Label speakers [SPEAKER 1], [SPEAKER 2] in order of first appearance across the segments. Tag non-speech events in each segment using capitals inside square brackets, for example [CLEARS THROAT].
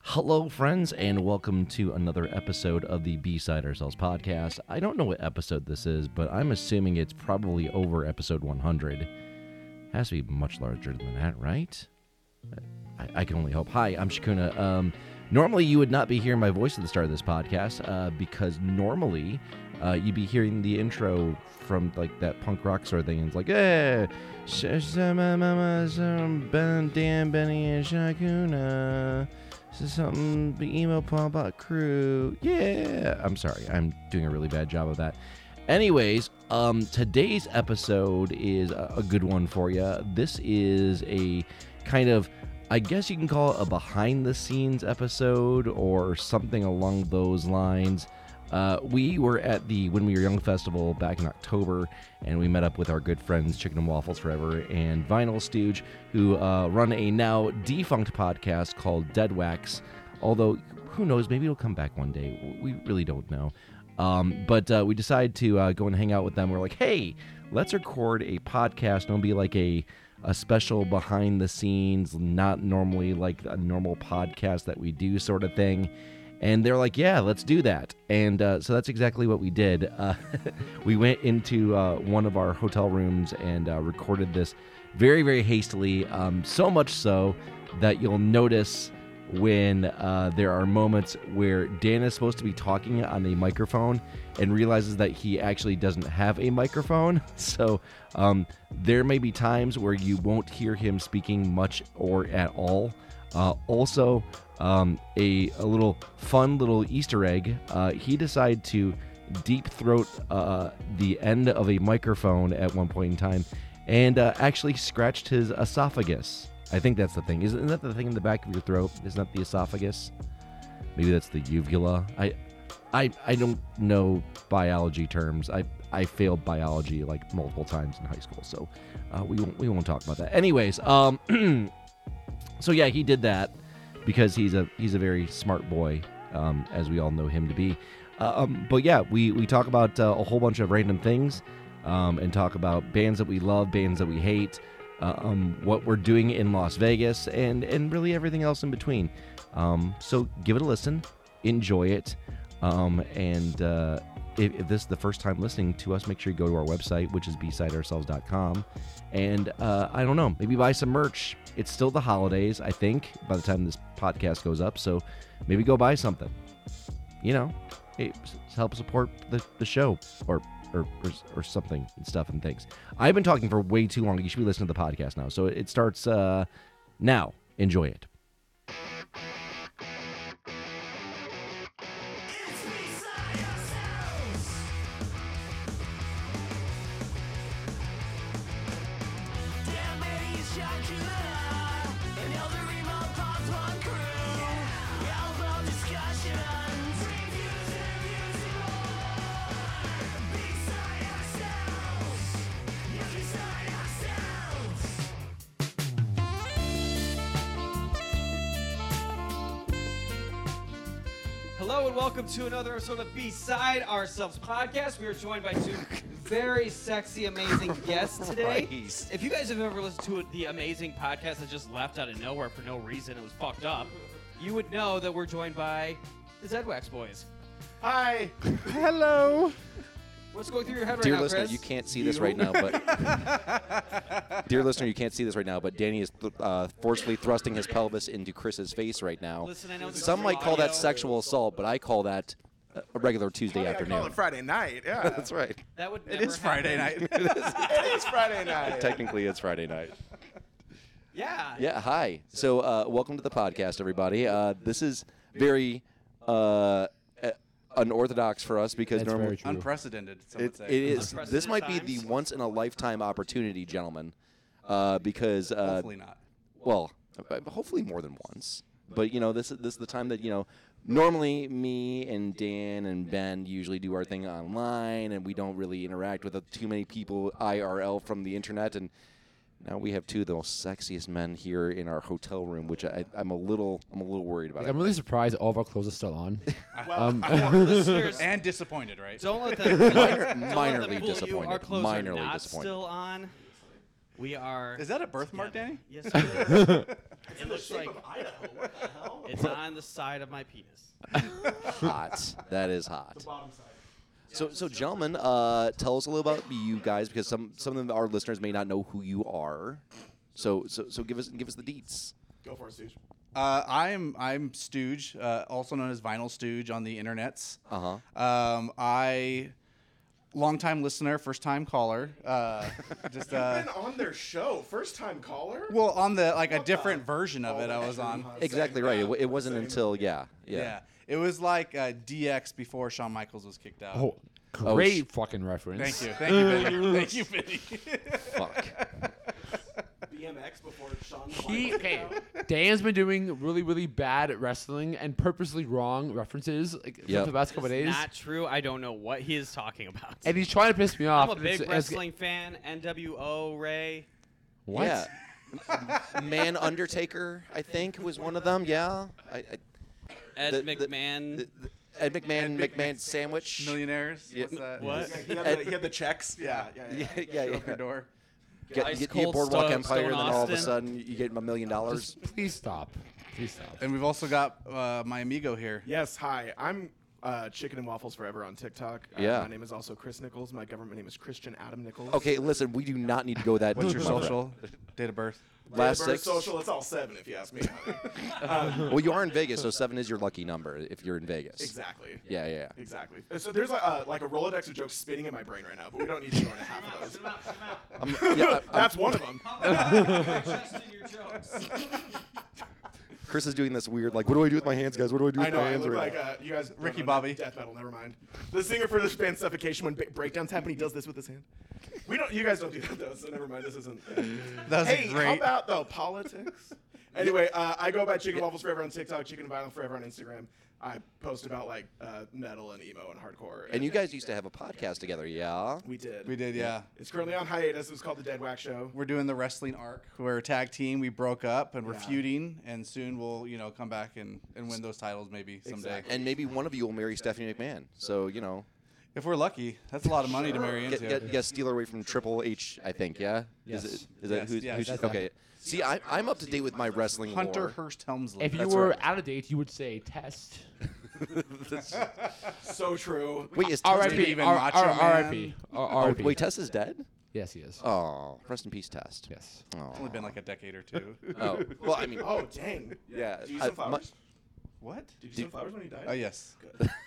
[SPEAKER 1] Hello, friends, and welcome to another episode of the B-Side Ourselves podcast. I don't know what episode this is, but I'm assuming it's probably over episode 100. Has to be much larger than that, right? I, I can only hope. Hi, I'm Shakuna. Um, normally, you would not be hearing my voice at the start of this podcast uh, because normally uh, you'd be hearing the intro from like that punk rock sort of thing. And it's like, "Eh, hey, Dan, Benny, and Shakuna. This is something the emo pop out crew. Yeah, I'm sorry, I'm doing a really bad job of that. Anyways, um, today's episode is a, a good one for you. This is a kind of, I guess you can call it a behind the scenes episode or something along those lines. Uh, we were at the When We Were Young festival back in October, and we met up with our good friends Chicken and Waffles Forever and Vinyl Stooge, who uh, run a now defunct podcast called Dead Wax. Although, who knows, maybe it'll come back one day. We really don't know. Um, but uh, we decided to uh, go and hang out with them. We're like, hey, let's record a podcast, and it'll be like a a special behind the scenes, not normally like a normal podcast that we do sort of thing. And they're like, yeah, let's do that. And uh, so that's exactly what we did. Uh, [LAUGHS] we went into uh, one of our hotel rooms and uh, recorded this very, very hastily. Um, so much so that you'll notice when uh, there are moments where Dan is supposed to be talking on a microphone and realizes that he actually doesn't have a microphone. [LAUGHS] So um, there may be times where you won't hear him speaking much or at all. Uh, also, um, a, a little fun little Easter egg. Uh, he decided to deep throat uh, the end of a microphone at one point in time and uh, actually scratched his esophagus. I think that's the thing. Isn't that the thing in the back of your throat? Isn't that the esophagus? Maybe that's the uvula. I, I, I don't know biology terms. I, I failed biology like multiple times in high school, so uh, we won't, we won't talk about that. Anyways, um, [CLEARS THROAT] so yeah, he did that because he's a he's a very smart boy, um, as we all know him to be. Uh, um, but yeah, we we talk about uh, a whole bunch of random things, um, and talk about bands that we love, bands that we hate, uh, um, what we're doing in Las Vegas, and and really everything else in between. Um, so give it a listen, enjoy it, um, and uh, if, if this is the first time listening to us, make sure you go to our website, which is besideourselves.com. And uh, I don't know, maybe buy some merch. It's still the holidays, I think, by the time this podcast goes up. So maybe go buy something. You know, it s- help support the, the show or, or, or, s- or something and stuff and things. I've been talking for way too long. You should be listening to the podcast now. So it starts uh, now. Enjoy it.
[SPEAKER 2] It's beside ourselves. Damn, baby, it's Shakira and other emo pop punk crew. Elbow discussions, reviews and music more. Beside ourselves. Yes, beside ourselves.
[SPEAKER 3] Hello and welcome to another episode of Beside Ourselves podcast. We are joined by two very
[SPEAKER 4] [LAUGHS]
[SPEAKER 3] sexy, amazing guests today. If you guys have ever listened to the amazing podcast that just left out of nowhere for no reason, it was fucked up, you would know that we're joined by the Zedwax Boys.
[SPEAKER 4] Hi. [LAUGHS]
[SPEAKER 5] Hello.
[SPEAKER 3] What's going through your head right
[SPEAKER 4] Dear
[SPEAKER 3] now,
[SPEAKER 4] listener,
[SPEAKER 3] Chris?
[SPEAKER 4] you can't see this right now, but [LAUGHS] dear listener, you can't see this right now, but Danny is uh, forcefully thrusting his pelvis into Chris's face right now.
[SPEAKER 3] Listen, I know this
[SPEAKER 4] Some
[SPEAKER 3] is
[SPEAKER 4] might call that
[SPEAKER 3] audio.
[SPEAKER 4] sexual assault, but I call that uh, a regular Tuesday
[SPEAKER 5] I call
[SPEAKER 4] afternoon.
[SPEAKER 5] it Friday night. Yeah.
[SPEAKER 4] [LAUGHS] That's right.
[SPEAKER 3] That would
[SPEAKER 5] It
[SPEAKER 3] never
[SPEAKER 5] is Friday
[SPEAKER 3] happen.
[SPEAKER 5] night. [LAUGHS] it is Friday night.
[SPEAKER 4] Technically, it's Friday night.
[SPEAKER 3] Yeah.
[SPEAKER 4] [LAUGHS] Yeah. Hi. So, uh, welcome to the podcast, everybody. Uh, this is very uh, uh, unorthodox for us because normally
[SPEAKER 5] Unprecedented. Some would
[SPEAKER 4] It,
[SPEAKER 5] say.
[SPEAKER 4] it is.
[SPEAKER 3] Unprecedented
[SPEAKER 4] This might be the
[SPEAKER 3] times.
[SPEAKER 4] once in a lifetime opportunity, gentlemen, uh, because uh,
[SPEAKER 5] Hopefully not.
[SPEAKER 4] well, uh, hopefully more than once. But you know, this is this is the time that you know. Normally, me and Dan and Ben usually do our thing online, and we don't really interact with uh, too many people IRL from the internet. And now we have two of the most sexiest men here in our hotel room, which I, I'm a little I'm a little worried about.
[SPEAKER 6] I'm really surprised all of our clothes are still on.
[SPEAKER 2] [LAUGHS]
[SPEAKER 6] um, [LAUGHS]
[SPEAKER 3] Listeners,
[SPEAKER 5] And disappointed, right?
[SPEAKER 4] [LAUGHS]
[SPEAKER 3] don't let that, don't let
[SPEAKER 4] minorly
[SPEAKER 3] them fool you. Our
[SPEAKER 4] disappointed.
[SPEAKER 3] clothes are
[SPEAKER 4] Minorly
[SPEAKER 3] not
[SPEAKER 4] disappointed.
[SPEAKER 3] still on.
[SPEAKER 2] We are.
[SPEAKER 5] Is that a birthmark, Danny?
[SPEAKER 7] [LAUGHS]
[SPEAKER 2] Yes, it is. it looks like
[SPEAKER 7] Idaho. What the hell?
[SPEAKER 2] [LAUGHS] it's on the side of my penis.
[SPEAKER 8] hot. That is hot.
[SPEAKER 7] Bottom side.
[SPEAKER 8] So, so gentlemen, uh, tell us a little about you guys because some some of our listeners may not know who you are. So, so, so give us give us the deets.
[SPEAKER 7] Go for it, Stooge.
[SPEAKER 5] Uh, I'm I'm Stooge, uh, also known as Vinyl Stooge on the internets.
[SPEAKER 8] Uh
[SPEAKER 5] huh. Um, I longtime listener, first time caller. [LAUGHS] Uh, just uh,
[SPEAKER 7] Been on their show, first time caller.
[SPEAKER 5] well on the like a different version of it. I was on.
[SPEAKER 8] Exactly right. It, wa- it wasn't until yeah, yeah.
[SPEAKER 5] Yeah. It was like uh, DX before Shawn Michaels was kicked out.
[SPEAKER 6] Oh,
[SPEAKER 8] Oh,
[SPEAKER 6] great
[SPEAKER 8] sh-
[SPEAKER 6] fucking reference.
[SPEAKER 5] Thank you, [LAUGHS] thank
[SPEAKER 2] [LAUGHS]
[SPEAKER 5] you, Benny. thank you, Benny.
[SPEAKER 7] [LAUGHS]
[SPEAKER 5] [LAUGHS]
[SPEAKER 8] Fuck.
[SPEAKER 7] BMX before Sean.
[SPEAKER 6] He,
[SPEAKER 7] Michaels. [LAUGHS]
[SPEAKER 6] okay, Dan's been doing really, really bad wrestling and purposely wrong references like,
[SPEAKER 8] Yep.
[SPEAKER 6] for the past couple
[SPEAKER 2] It's
[SPEAKER 6] days.
[SPEAKER 2] not true. I don't know what he is talking about.
[SPEAKER 6] and he's trying to piss me off.
[SPEAKER 2] I'm a
[SPEAKER 6] and it's-
[SPEAKER 2] big
[SPEAKER 6] and it's-
[SPEAKER 2] wrestling fan. NWO Ray.
[SPEAKER 6] What?
[SPEAKER 8] Yeah. Man Undertaker, I think, was one of them. Yeah. I, I,
[SPEAKER 2] Ed
[SPEAKER 8] The- the-
[SPEAKER 2] McMahon.
[SPEAKER 8] the- the- Ed McMahon,
[SPEAKER 5] Ed
[SPEAKER 8] McMahon sandwich.
[SPEAKER 5] Millionaires. What's that?
[SPEAKER 2] what?
[SPEAKER 7] He had, the, he had the checks.
[SPEAKER 5] Yeah, yeah, yeah.
[SPEAKER 8] [LAUGHS] Yeah, yeah, yeah.
[SPEAKER 5] Broke your door.
[SPEAKER 8] Get,
[SPEAKER 2] Ice
[SPEAKER 8] get, get
[SPEAKER 2] Cold
[SPEAKER 8] Boardwalk
[SPEAKER 2] Stone-
[SPEAKER 8] Empire, and then
[SPEAKER 2] Stone
[SPEAKER 8] all of a
[SPEAKER 2] Austin.
[SPEAKER 8] sudden you get a million dollars.
[SPEAKER 6] Please stop. Please stop.
[SPEAKER 5] And we've also got uh, my amigo here.
[SPEAKER 7] Yes, hi. I'm uh, Chicken and Waffles Forever on TikTok. Uh,
[SPEAKER 8] Yeah.
[SPEAKER 7] My name is also Chris Nichols. My government name is Christian Adam Nichols.
[SPEAKER 8] Okay, listen, we do not need to go
[SPEAKER 5] [LAUGHS]
[SPEAKER 8] that
[SPEAKER 5] What's your
[SPEAKER 8] deep.
[SPEAKER 5] social? Date of birth?
[SPEAKER 8] Last
[SPEAKER 7] Bird
[SPEAKER 8] six.
[SPEAKER 7] social, it's all seven if you ask
[SPEAKER 8] [LAUGHS]
[SPEAKER 7] me.
[SPEAKER 8] Well, you are in Vegas, so seven is your lucky number if you're in Vegas.
[SPEAKER 7] exactly.
[SPEAKER 8] Yeah, yeah. yeah.
[SPEAKER 7] Exactly. So there's a, uh, like a Rolodex of jokes spinning in my brain right now, but we don't need to go into half of those.
[SPEAKER 8] I'm- yeah, uh, I- [LAUGHS] I'm-
[SPEAKER 7] That's one of them.
[SPEAKER 8] Chris is doing this weird, like, what do I do with my hands, guys? What do I do with
[SPEAKER 7] I know.
[SPEAKER 8] my
[SPEAKER 7] I
[SPEAKER 8] hands
[SPEAKER 7] look like
[SPEAKER 8] right now?
[SPEAKER 7] uh, you guys. don't
[SPEAKER 5] Ricky
[SPEAKER 7] know
[SPEAKER 5] Bobby.
[SPEAKER 7] Death metal. Never mind. The singer for this band, Suffocation, when b- breakdowns happen, he does this with his hand. We don't. You guys don't do that though. So never mind. This isn't.
[SPEAKER 5] That was
[SPEAKER 7] hey,
[SPEAKER 5] a great.
[SPEAKER 7] how about though politics? anyway, uh, I go by Chicken Waffles Forever on TikTok, Chicken and Vinyl Forever on Instagram. I post about like uh, metal and emo and hardcore.
[SPEAKER 8] And you guys used to have a podcast together, yeah?
[SPEAKER 7] we did.
[SPEAKER 5] we did, yeah.
[SPEAKER 7] It's currently on hiatus. It was called the Dead Wax Show.
[SPEAKER 5] We're doing the wrestling arc. We're a tag team. We broke up and we're
[SPEAKER 7] Yeah.
[SPEAKER 5] feuding, and soon we'll, you know, come back and, and win those titles maybe someday.
[SPEAKER 7] Exactly.
[SPEAKER 8] And maybe one of you will marry Stephanie McMahon. So, you know,
[SPEAKER 5] If we're lucky, that's a lot of money to marry into.
[SPEAKER 8] get, get, get steal her away from Triple H, I think, yeah?
[SPEAKER 6] Yes.
[SPEAKER 8] Is, it, is that
[SPEAKER 5] Yes,
[SPEAKER 8] who's,
[SPEAKER 5] yes,
[SPEAKER 8] who's
[SPEAKER 5] that's
[SPEAKER 8] okay? See, I, I'm up to date with my wrestling
[SPEAKER 5] Hunter
[SPEAKER 8] lore.
[SPEAKER 5] Hurst Helmsley.
[SPEAKER 6] If you
[SPEAKER 8] That's
[SPEAKER 6] were
[SPEAKER 8] right.
[SPEAKER 6] out of date, you would say test.
[SPEAKER 7] So true.
[SPEAKER 8] Wait, is Tess,
[SPEAKER 5] Maybe
[SPEAKER 6] R.I.P.
[SPEAKER 5] even
[SPEAKER 6] [LAUGHS] R-
[SPEAKER 5] Macho
[SPEAKER 6] R-
[SPEAKER 5] Man.
[SPEAKER 6] R.I.P. R- R.I.P.
[SPEAKER 8] Oh, wait, Tess is dead?
[SPEAKER 6] Yes, he is.
[SPEAKER 8] Oh, rest in peace, Test.
[SPEAKER 6] Yes.
[SPEAKER 5] It's only been like a decade or two. [LAUGHS]
[SPEAKER 8] Oh, well, I mean,
[SPEAKER 7] Oh dang.
[SPEAKER 8] Yeah,
[SPEAKER 7] Did you
[SPEAKER 8] I-
[SPEAKER 7] send
[SPEAKER 8] my-
[SPEAKER 7] flowers?
[SPEAKER 5] what?
[SPEAKER 7] Did you send flowers when he died?
[SPEAKER 5] Oh yes.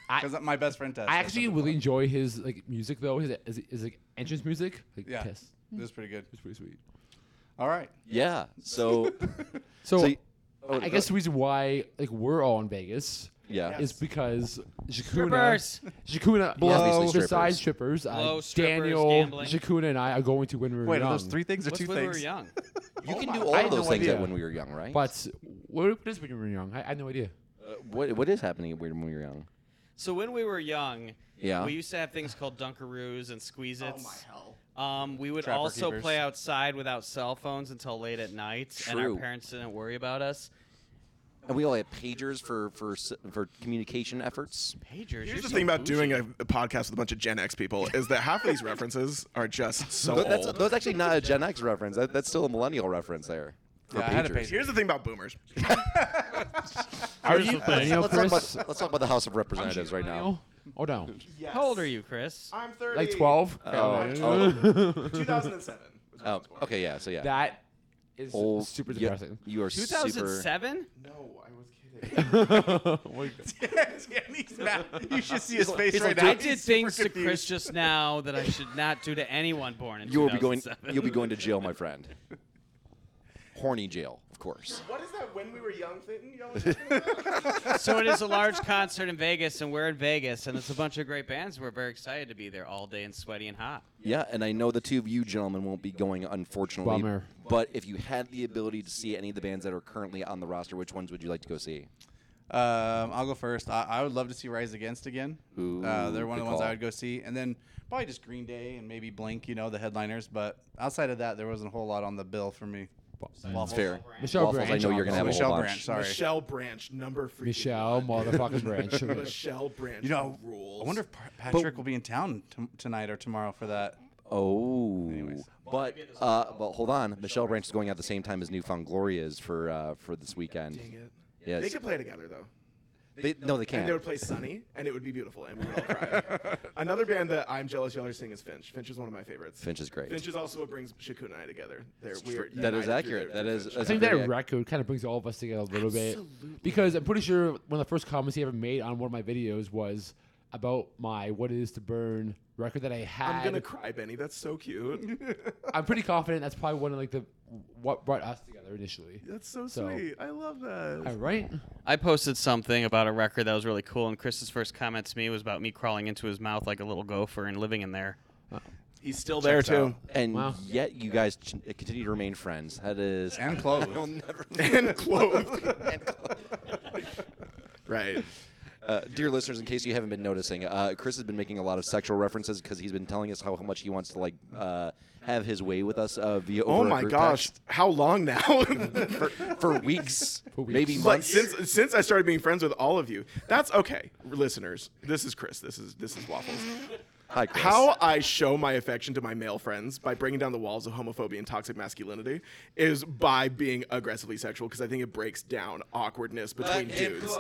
[SPEAKER 6] I-
[SPEAKER 5] Because my best friend Tess.
[SPEAKER 6] I
[SPEAKER 5] does
[SPEAKER 6] actually
[SPEAKER 5] something
[SPEAKER 6] really
[SPEAKER 5] fun.
[SPEAKER 6] enjoy his like music though. His his, his like entrance music. Like
[SPEAKER 5] Yeah.
[SPEAKER 6] test.
[SPEAKER 5] It was pretty good.
[SPEAKER 6] It's pretty sweet.
[SPEAKER 8] Hmm.
[SPEAKER 5] All right.
[SPEAKER 8] yeah. So,
[SPEAKER 5] [LAUGHS]
[SPEAKER 6] So,
[SPEAKER 8] So y- oh,
[SPEAKER 6] I- I guess the reason why like we're all in Vegas
[SPEAKER 8] uh, yeah.
[SPEAKER 6] is because Jakuna,
[SPEAKER 2] Strippers.
[SPEAKER 6] Jakuna,
[SPEAKER 8] Blow.
[SPEAKER 6] besides strippers,
[SPEAKER 2] Blow,
[SPEAKER 6] uh,
[SPEAKER 2] strippers,
[SPEAKER 6] Daniel,
[SPEAKER 2] gambling.
[SPEAKER 6] Jakuna, and I are going to win.
[SPEAKER 5] Wait, are those three things or
[SPEAKER 2] What's
[SPEAKER 5] two
[SPEAKER 2] when we were
[SPEAKER 5] things?
[SPEAKER 2] young?
[SPEAKER 8] You can do
[SPEAKER 6] I
[SPEAKER 8] all
[SPEAKER 6] had
[SPEAKER 8] those
[SPEAKER 6] no
[SPEAKER 8] things that
[SPEAKER 6] idea.
[SPEAKER 8] when we were young, right?
[SPEAKER 6] But what, what is when you were young? I, I have no idea.
[SPEAKER 8] Uh, what, what is happening when we were young?
[SPEAKER 2] So when we were young,
[SPEAKER 8] Yeah.
[SPEAKER 2] we used to have things called Dunkaroos and Squeeze
[SPEAKER 7] Oh my
[SPEAKER 2] Its.
[SPEAKER 7] hell.
[SPEAKER 2] um, we would
[SPEAKER 5] Trapper
[SPEAKER 2] also
[SPEAKER 5] keepers.
[SPEAKER 2] play outside without cell phones until late at night, and
[SPEAKER 8] True.
[SPEAKER 2] our parents didn't worry about us.
[SPEAKER 8] And we all had pagers for for s- for communication efforts.
[SPEAKER 2] Pagers.
[SPEAKER 7] Here's
[SPEAKER 2] you're
[SPEAKER 7] the
[SPEAKER 2] so
[SPEAKER 7] thing about
[SPEAKER 2] bougie.
[SPEAKER 7] doing a, a podcast with a bunch of Gen X people is that half of these references are
[SPEAKER 8] [LAUGHS]
[SPEAKER 7] just so
[SPEAKER 8] Th- That's,
[SPEAKER 7] old.
[SPEAKER 8] that's actually not a Gen X reference. That, that's still a millennial reference there. For
[SPEAKER 5] Yeah, I had a
[SPEAKER 8] pagers.
[SPEAKER 5] pager.
[SPEAKER 7] Here's the thing about boomers.
[SPEAKER 6] Are you
[SPEAKER 8] Let's,
[SPEAKER 6] millennial,
[SPEAKER 8] let's talk
[SPEAKER 6] Chris?
[SPEAKER 8] about, let's talk about the House of Representatives right now.
[SPEAKER 6] Millennial? Oh no,
[SPEAKER 2] How old are you, Chris?
[SPEAKER 7] I'm 30.
[SPEAKER 6] like
[SPEAKER 7] [LAUGHS]
[SPEAKER 6] twelve.
[SPEAKER 8] Oh, oh,
[SPEAKER 7] 2007. was when I
[SPEAKER 8] oh,
[SPEAKER 7] was born.
[SPEAKER 8] okay, yeah, so yeah.
[SPEAKER 6] That is
[SPEAKER 8] old,
[SPEAKER 6] super
[SPEAKER 8] yeah,
[SPEAKER 6] depressing.
[SPEAKER 8] you are super.
[SPEAKER 2] 2007.
[SPEAKER 7] No, I was kidding.
[SPEAKER 5] Danny's mad.
[SPEAKER 7] [LAUGHS]
[SPEAKER 5] You should see his face
[SPEAKER 8] he's
[SPEAKER 5] right
[SPEAKER 8] like,
[SPEAKER 5] now.
[SPEAKER 2] I
[SPEAKER 8] Dude,
[SPEAKER 2] did things to Chris just now that I should not do to anyone born in
[SPEAKER 8] You will be going.
[SPEAKER 2] 2007.
[SPEAKER 8] You'll be going to jail, my friend. Horny jail, of course.
[SPEAKER 7] what is that when we were young thing y'all were talking about?
[SPEAKER 2] So it is a large concert in Vegas, and we're in Vegas, and it's a bunch of great bands. We're very excited to be there all day and sweaty and hot.
[SPEAKER 8] Yeah, and I know the two of you gentlemen won't be going, unfortunately.
[SPEAKER 6] Bummer.
[SPEAKER 8] But if you had the ability to see any of the bands that are currently on the roster, which ones would you like to go see?
[SPEAKER 5] Um, I'll go first. I, I would love to see Rise Against again.
[SPEAKER 8] Ooh,
[SPEAKER 5] uh, they're one
[SPEAKER 8] good
[SPEAKER 5] of the ones
[SPEAKER 8] call.
[SPEAKER 5] I would go see, and then probably just Green Day and maybe Blink. You know, the headliners. But outside of that, there wasn't a whole lot on the bill for me.
[SPEAKER 8] It's fair.
[SPEAKER 6] Michelle
[SPEAKER 8] Waffles,
[SPEAKER 6] Branch
[SPEAKER 8] I know you're gonna have
[SPEAKER 5] Michelle
[SPEAKER 8] a whole
[SPEAKER 5] Branch.
[SPEAKER 8] bunch.
[SPEAKER 5] Sorry.
[SPEAKER 7] Michelle Branch, number three.
[SPEAKER 6] Michelle motherfucking Branch.
[SPEAKER 7] [LAUGHS] Michelle Branch
[SPEAKER 5] You know,
[SPEAKER 7] rules.
[SPEAKER 5] I wonder if Pa- Patrick will be in town t- tonight or tomorrow for that.
[SPEAKER 8] Oh.
[SPEAKER 5] Anyways.
[SPEAKER 8] But uh, but hold on, Michelle Branch is going out the same time as Newfound Glory is for uh, for this weekend.
[SPEAKER 7] Dang it.
[SPEAKER 8] Yes.
[SPEAKER 7] They could play together though.
[SPEAKER 8] They- no, they
[SPEAKER 7] And they
[SPEAKER 8] can't.
[SPEAKER 7] would play Sunny, and it would be beautiful, and we would all
[SPEAKER 8] [LAUGHS]
[SPEAKER 7] cry. Another band that I'm jealous y'all are seeing is Finch. Finch is one of my favorites.
[SPEAKER 8] Finch is great.
[SPEAKER 7] Finch is also what brings Shakuna and I together. They're weird.
[SPEAKER 8] That is accurate. That is-
[SPEAKER 6] I
[SPEAKER 8] that's
[SPEAKER 6] think
[SPEAKER 8] very
[SPEAKER 6] that
[SPEAKER 8] ac-
[SPEAKER 6] record kind of brings all of us together a little bit because I'm pretty sure one of the first comments he ever made on one of my videos was about my "What It Is to Burn" record that I had.
[SPEAKER 7] I'm gonna cry, Benny. That's so
[SPEAKER 8] [LAUGHS]
[SPEAKER 7] cute.
[SPEAKER 6] I'm pretty confident that's probably one of like the what brought us together initially.
[SPEAKER 7] That's so,
[SPEAKER 6] So-
[SPEAKER 7] sweet. I love that.
[SPEAKER 6] All right.
[SPEAKER 3] I posted something about a record that was really cool, and Chris's first comment to me was about me crawling into his mouth like a little gopher and living in there.
[SPEAKER 7] He's still there too.
[SPEAKER 8] and
[SPEAKER 6] Wow.
[SPEAKER 8] yet you guys ch- uh, continue to remain friends. That is. uh,
[SPEAKER 5] and clothes.
[SPEAKER 8] I'll never-
[SPEAKER 7] [LAUGHS] and clothed. right.
[SPEAKER 8] Uh, dear listeners, in case you haven't been noticing, uh, Chris has been making a lot of sexual references because he's been telling us how, how much he wants to like uh, have his way with us uh, via.
[SPEAKER 7] Oh
[SPEAKER 8] over a
[SPEAKER 7] my
[SPEAKER 8] group
[SPEAKER 7] gosh,
[SPEAKER 8] text
[SPEAKER 7] how long now? [LAUGHS]
[SPEAKER 8] for, for weeks, maybe
[SPEAKER 7] But
[SPEAKER 8] months.
[SPEAKER 7] since since I started being friends with all of you, that's okay, listeners. This is Chris. This is this is Waffles.
[SPEAKER 8] Hi, Chris.
[SPEAKER 7] How I show my affection to my male friends by breaking down the walls of homophobia and toxic masculinity is by being aggressively sexual because I think it breaks down awkwardness between dudes.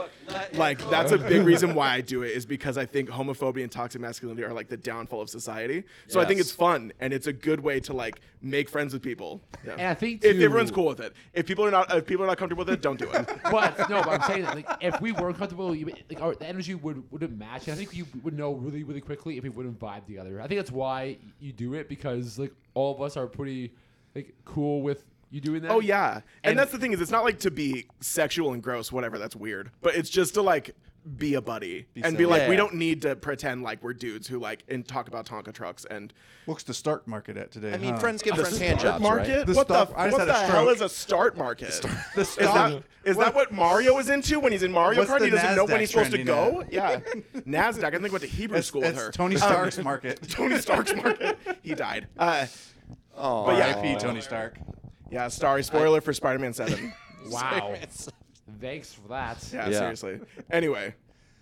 [SPEAKER 7] Like that's a big reason why I do it is because I think homophobia and toxic masculinity are like the downfall of society. So I think
[SPEAKER 8] Yes.
[SPEAKER 7] it's fun and it's a good way to like make friends with people. Yeah.
[SPEAKER 6] And I think
[SPEAKER 7] if
[SPEAKER 6] too-
[SPEAKER 7] everyone's cool with it, if people are not if people are not comfortable with it, don't do
[SPEAKER 6] [LAUGHS]
[SPEAKER 7] it.
[SPEAKER 6] But no, but I'm saying that like if we were comfortable, you, like our the energy would wouldn't match. And I think you would know really really quickly if we wouldn't vibe together. I think that's why you do it because like all of us are pretty like cool with you doing that.
[SPEAKER 7] Oh yeah, and,
[SPEAKER 6] And-
[SPEAKER 7] that's the thing is it's not like to be sexual and gross, whatever. That's weird, but it's just to like be a buddy and
[SPEAKER 5] silly.
[SPEAKER 7] be like we
[SPEAKER 8] Yeah.
[SPEAKER 7] don't need to pretend like we're dudes who like and talk about Tonka trucks and
[SPEAKER 5] What's the Stark Market at today?
[SPEAKER 8] I mean,
[SPEAKER 5] huh?
[SPEAKER 8] friends give friends hand jobs, right?
[SPEAKER 7] market.
[SPEAKER 5] The
[SPEAKER 7] what
[SPEAKER 5] stop-
[SPEAKER 7] the,
[SPEAKER 5] I just had
[SPEAKER 7] what
[SPEAKER 5] a
[SPEAKER 7] the hell
[SPEAKER 5] stroke.
[SPEAKER 7] is a start market?
[SPEAKER 5] The
[SPEAKER 7] is that, is that what Mario is into when he's in Mario
[SPEAKER 5] What's
[SPEAKER 7] Kart?
[SPEAKER 5] the
[SPEAKER 7] He doesn't know
[SPEAKER 5] NASDAQ
[SPEAKER 7] when he's supposed to
[SPEAKER 5] trending
[SPEAKER 7] go. Yeah, Nasdaq. I think I went to Hebrew
[SPEAKER 5] It's,
[SPEAKER 7] school
[SPEAKER 5] it's
[SPEAKER 7] with her.
[SPEAKER 5] Tony Stark's Market.
[SPEAKER 7] [LAUGHS] Tony
[SPEAKER 5] [LAUGHS]
[SPEAKER 7] Stark's market. He died. Uh,
[SPEAKER 8] Oh,
[SPEAKER 7] But yeah.
[SPEAKER 5] R.I.P. Tony Stark.
[SPEAKER 7] yeah, sorry. Spoiler for Spider-Man Seven. [LAUGHS]
[SPEAKER 6] Wow. Thanks for that.
[SPEAKER 7] Yeah,
[SPEAKER 8] Yeah.
[SPEAKER 7] seriously. Anyway,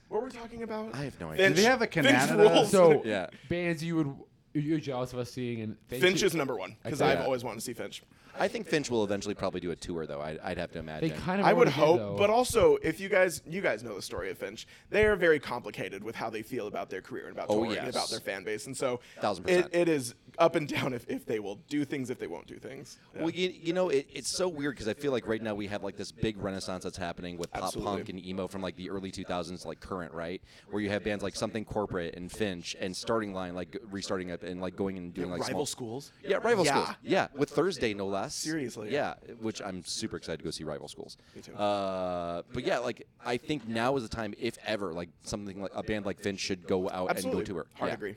[SPEAKER 7] what were we talking about?
[SPEAKER 8] I have no idea.
[SPEAKER 7] Finch-
[SPEAKER 5] Do they have a
[SPEAKER 7] Finch
[SPEAKER 5] Canada?
[SPEAKER 7] rules. [LAUGHS]
[SPEAKER 6] So
[SPEAKER 8] Yeah.
[SPEAKER 6] bands you would you're jealous of us seeing and Finch,
[SPEAKER 7] Finch is number one because
[SPEAKER 6] Okay.
[SPEAKER 7] I've
[SPEAKER 8] Yeah.
[SPEAKER 7] always wanted to see Finch.
[SPEAKER 8] I think Finch will eventually probably do a tour, though. I'd, I'd have to
[SPEAKER 6] they
[SPEAKER 8] imagine.
[SPEAKER 6] kind of
[SPEAKER 7] I would
[SPEAKER 6] already did,
[SPEAKER 7] hope,
[SPEAKER 6] though.
[SPEAKER 7] but also if you guys you guys know the story of Finch, they are very complicated with how they feel about their career and about
[SPEAKER 8] Oh,
[SPEAKER 7] touring and
[SPEAKER 8] yes.
[SPEAKER 7] about their fan base, and so
[SPEAKER 8] Thousand
[SPEAKER 7] it,
[SPEAKER 8] percent.
[SPEAKER 7] it is up and down if, if they will do things if they won't do things. Yeah.
[SPEAKER 8] Well, you, you know, it, it's so weird because I feel like right now we have like this big renaissance that's happening with pop
[SPEAKER 7] Absolutely.
[SPEAKER 8] punk and emo from like the early 2000s, to, like current, right? Where you have bands like Something Corporate and Finch and Starting Line, like restarting up and like going and doing like
[SPEAKER 7] rival
[SPEAKER 8] small,
[SPEAKER 7] schools.
[SPEAKER 8] Yeah, rival
[SPEAKER 7] Yeah.
[SPEAKER 8] schools. Yeah, with Thursday no less.
[SPEAKER 7] Seriously,
[SPEAKER 8] Yeah.
[SPEAKER 7] yeah.
[SPEAKER 8] which I'm super excited to go see rival schools.
[SPEAKER 7] Me too.
[SPEAKER 8] Uh, but yeah, like I think now is the time, if ever, like something like a band like Finch should go out
[SPEAKER 7] Absolutely,
[SPEAKER 8] and go tour.
[SPEAKER 7] hard
[SPEAKER 8] yeah.
[SPEAKER 7] agree.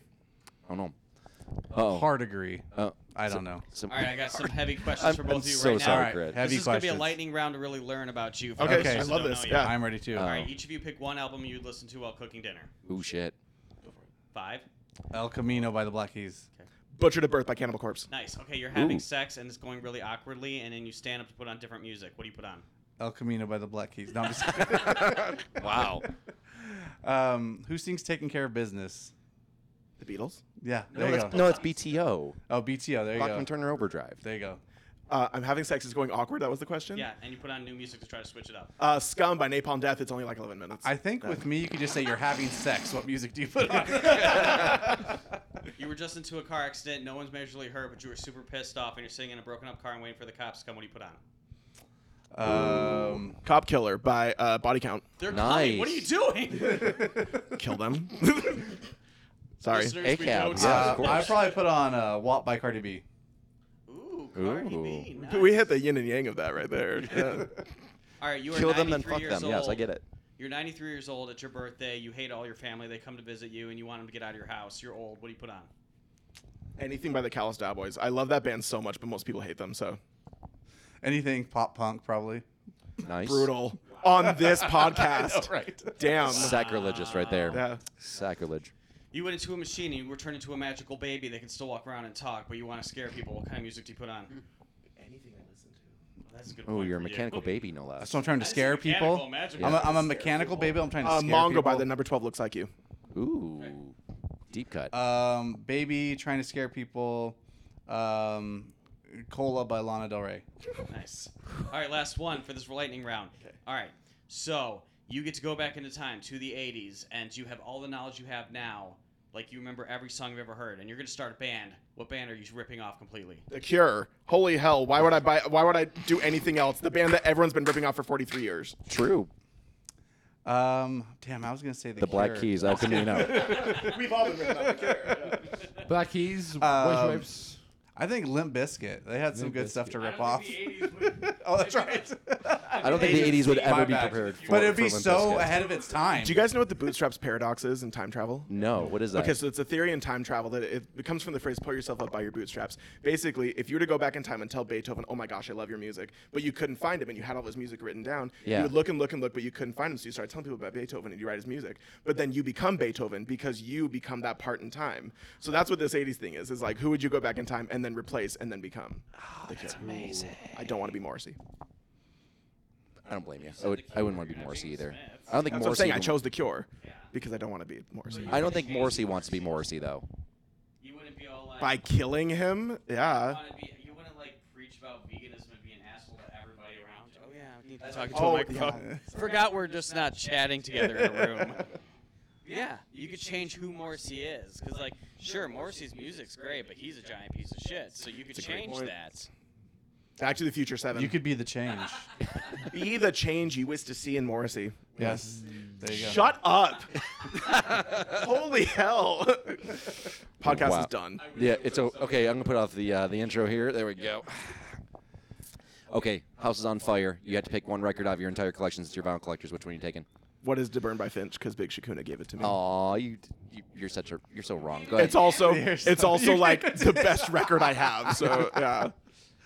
[SPEAKER 8] I don't know. Oh,
[SPEAKER 5] Hard agree.
[SPEAKER 8] uh,
[SPEAKER 5] I don't know.
[SPEAKER 8] some-
[SPEAKER 3] All right, I got some
[SPEAKER 8] [LAUGHS]
[SPEAKER 3] heavy questions
[SPEAKER 8] I'm-
[SPEAKER 3] for both
[SPEAKER 8] I'm
[SPEAKER 3] of you
[SPEAKER 8] so
[SPEAKER 3] right
[SPEAKER 8] sorry,
[SPEAKER 3] now.
[SPEAKER 5] All right,
[SPEAKER 8] Chris.
[SPEAKER 5] heavy
[SPEAKER 3] this is gonna be a
[SPEAKER 5] questions.
[SPEAKER 3] lightning round to really learn about you. for
[SPEAKER 7] Okay,
[SPEAKER 3] those
[SPEAKER 5] I
[SPEAKER 3] who
[SPEAKER 7] love
[SPEAKER 3] don't
[SPEAKER 7] this,
[SPEAKER 3] know you.
[SPEAKER 7] yeah.
[SPEAKER 5] I'm ready too.
[SPEAKER 3] All right, each of you pick one album you'd listen to while cooking dinner.
[SPEAKER 8] oh shit.
[SPEAKER 3] Five.
[SPEAKER 5] El Camino by the Black Keys.
[SPEAKER 7] Butchered at birth by Cannibal Corpse.
[SPEAKER 3] Nice. Okay, you're having
[SPEAKER 8] Ooh.
[SPEAKER 3] sex and it's going really awkwardly, and then you stand up to put on different music. What do you put on?
[SPEAKER 5] El Camino by the Black Keys. No, I'm just kidding.
[SPEAKER 3] Wow.
[SPEAKER 5] [LAUGHS] um, who sings "Taking Care of Business"?
[SPEAKER 7] The Beatles.
[SPEAKER 5] Yeah, there
[SPEAKER 8] No,
[SPEAKER 5] you
[SPEAKER 8] that's,
[SPEAKER 5] go.
[SPEAKER 8] no, it's BTO.
[SPEAKER 5] Oh, BTO. There you go.
[SPEAKER 8] Bachman Turner Overdrive.
[SPEAKER 5] There you go.
[SPEAKER 7] Uh, I'm having sex is going awkward. That was the question.
[SPEAKER 3] yeah, and you put on new music to try to switch it up.
[SPEAKER 7] Uh, Scum by Napalm Death. It's only like 11 minutes.
[SPEAKER 5] I think with me, you can just say you're having sex. What music do you put on?
[SPEAKER 3] You were just into a car accident. No one's majorly hurt, but you were super pissed off, and you're sitting in a broken up car and waiting for the cops to come. What do you put on?
[SPEAKER 5] um,
[SPEAKER 7] Cop Killer by uh, Body Count.
[SPEAKER 3] They're
[SPEAKER 8] coming.
[SPEAKER 3] coming. What
[SPEAKER 8] What are
[SPEAKER 3] are
[SPEAKER 8] you
[SPEAKER 3] you [LAUGHS] doing? [LAUGHS]
[SPEAKER 7] Kill them. Sorry.
[SPEAKER 3] Listeners, we know
[SPEAKER 8] ACAB, yeah, of
[SPEAKER 5] uh,
[SPEAKER 3] Tyler.
[SPEAKER 8] course.
[SPEAKER 5] I probably put on uh, "Walk" by Cardi B.
[SPEAKER 3] Ooh, Cardi B. Nice.
[SPEAKER 7] We hit the yin and yang of that
[SPEAKER 3] [LAUGHS]
[SPEAKER 7] right there. Yeah.
[SPEAKER 3] All right, you are
[SPEAKER 8] Kill them then
[SPEAKER 3] 93
[SPEAKER 8] fuck
[SPEAKER 3] years
[SPEAKER 8] them. Yes, I
[SPEAKER 3] old.
[SPEAKER 8] get it.
[SPEAKER 3] You're 93 years old. It's your birthday. You hate all your family. They come to visit you, and you want them to get out of your house. You're old. What do you put on?
[SPEAKER 7] Anything by the Callous Cowboys. I love that band so much, but most people hate them. So
[SPEAKER 5] Anything pop punk probably.
[SPEAKER 8] Nice. [LAUGHS]
[SPEAKER 7] brutal on this podcast. um,
[SPEAKER 5] right.
[SPEAKER 7] Damn.
[SPEAKER 8] Sacrilegious right there.
[SPEAKER 7] Yeah.
[SPEAKER 8] Sacrilege.
[SPEAKER 3] You went into a machine and you were turned into a magical baby that can still walk around and talk, but you want to scare people. What kind of music do you put on? Anything [LAUGHS] I listen to. That's a good
[SPEAKER 8] Oh,
[SPEAKER 3] one
[SPEAKER 8] you're a
[SPEAKER 3] for you.
[SPEAKER 8] mechanical baby, no less.
[SPEAKER 5] That's what I'm trying to
[SPEAKER 3] I see
[SPEAKER 5] scare
[SPEAKER 3] mechanical,
[SPEAKER 5] people.
[SPEAKER 3] magical.
[SPEAKER 5] I'm a, I'm a
[SPEAKER 3] Scare
[SPEAKER 5] mechanical
[SPEAKER 3] people.
[SPEAKER 5] baby. I'm trying to
[SPEAKER 7] Uh,
[SPEAKER 5] scare
[SPEAKER 7] Mongo
[SPEAKER 5] people.
[SPEAKER 7] by the number 12 looks like you.
[SPEAKER 8] Ooh. Deep cut.
[SPEAKER 7] Uh,
[SPEAKER 5] Um, Baby trying to scare people. Um, Cola by Lana Del Rey.
[SPEAKER 3] Nice. All right, last one for this lightning round. All right. So you get to go back into time to the 80s, and you have all the knowledge you have now. Like you remember every song you've ever heard, and you're gonna start a band. What band are you ripping off completely?
[SPEAKER 7] The Cure. Holy hell! Why would I buy? Why would I do anything else? The band that everyone's been ripping off for 43 years.
[SPEAKER 8] True.
[SPEAKER 5] Um, damn, I was gonna say the,
[SPEAKER 8] The Black
[SPEAKER 5] Cure.
[SPEAKER 8] Keys. How can you
[SPEAKER 7] [LAUGHS]
[SPEAKER 8] know?
[SPEAKER 7] We've all been ripping off The Cure.
[SPEAKER 6] Black Keys, White
[SPEAKER 5] Um,
[SPEAKER 6] Stripes.
[SPEAKER 5] I think Limp Bizkit. They had some
[SPEAKER 6] Limp
[SPEAKER 5] good stuff
[SPEAKER 6] Bizkit.
[SPEAKER 5] to
[SPEAKER 6] I
[SPEAKER 5] rip off. oh, that's right.
[SPEAKER 8] I don't think the 80s would ever be prepared for
[SPEAKER 5] But it'd
[SPEAKER 8] for
[SPEAKER 5] be
[SPEAKER 8] Limp
[SPEAKER 5] so
[SPEAKER 8] Bizkit.
[SPEAKER 5] ahead of its time.
[SPEAKER 7] Do you guys know what the bootstraps paradox is in time travel?
[SPEAKER 8] No, what is that?
[SPEAKER 7] Okay, so it's a theory in time travel that it, it comes from the phrase "pull yourself up by your bootstraps." Basically, if you were to go back in time and tell Beethoven, "Oh my gosh, I love your music," but you couldn't find him, and you had all his music written down,
[SPEAKER 8] Yeah.
[SPEAKER 7] you would look and look and look, but you couldn't find him. So you started telling people about Beethoven, and you write his music. But then you become Beethoven because you become that part in time. So that's what this '80s thing is: is like, who would you go back in time and then replace and then become? Oh, that's amazing. I don't want to be Morrissey.
[SPEAKER 8] I don't blame you. I, would, I wouldn't want to be Morrissey either. I don't
[SPEAKER 7] That's what
[SPEAKER 8] think
[SPEAKER 7] I'm
[SPEAKER 8] Morrissey.
[SPEAKER 7] saying. I
[SPEAKER 8] even-
[SPEAKER 7] chose The Cure because I don't want to be Morrissey.
[SPEAKER 8] I don't think Morrissey wants to be Morrissey though.
[SPEAKER 3] You wouldn't be all like,
[SPEAKER 7] By killing him, yeah.
[SPEAKER 3] wanna be- you wouldn't like preach about veganism and be an asshole to everybody around you. Oh yeah, I need to
[SPEAKER 7] to a Oh, microphone.
[SPEAKER 3] Forgot we're just not chatting together in a room. Yeah, you could change who Morrissey is, because like, sure, Morrissey's music's great, but he's a giant piece of shit. So you could
[SPEAKER 7] a great
[SPEAKER 3] change
[SPEAKER 7] point.
[SPEAKER 3] that.
[SPEAKER 7] Back to the Future Seven.
[SPEAKER 5] You could be the
[SPEAKER 7] [LAUGHS]
[SPEAKER 5] change.
[SPEAKER 7] Be the change you wish to see in Morrissey.
[SPEAKER 5] yes. There you go.
[SPEAKER 7] Shut up. [LAUGHS] Holy hell. Podcast
[SPEAKER 8] Wow.
[SPEAKER 7] is done.
[SPEAKER 8] Yeah, it's o- okay. I'm gonna put off the uh, the intro here. There we go. [SIGHS] Okay, House is on Fire. You had to pick one record out of your entire collection since you're vinyl collectors. Which one are you taking?
[SPEAKER 7] What is To Burn by Finch? Because Big Shakuna gave it to me.
[SPEAKER 8] Aw, you, you you're such a you're so wrong. Go ahead.
[SPEAKER 7] It's also [LAUGHS] it's
[SPEAKER 5] so-
[SPEAKER 7] also
[SPEAKER 5] you
[SPEAKER 7] like [LAUGHS] the best record I have.
[SPEAKER 8] [LAUGHS]
[SPEAKER 7] So yeah,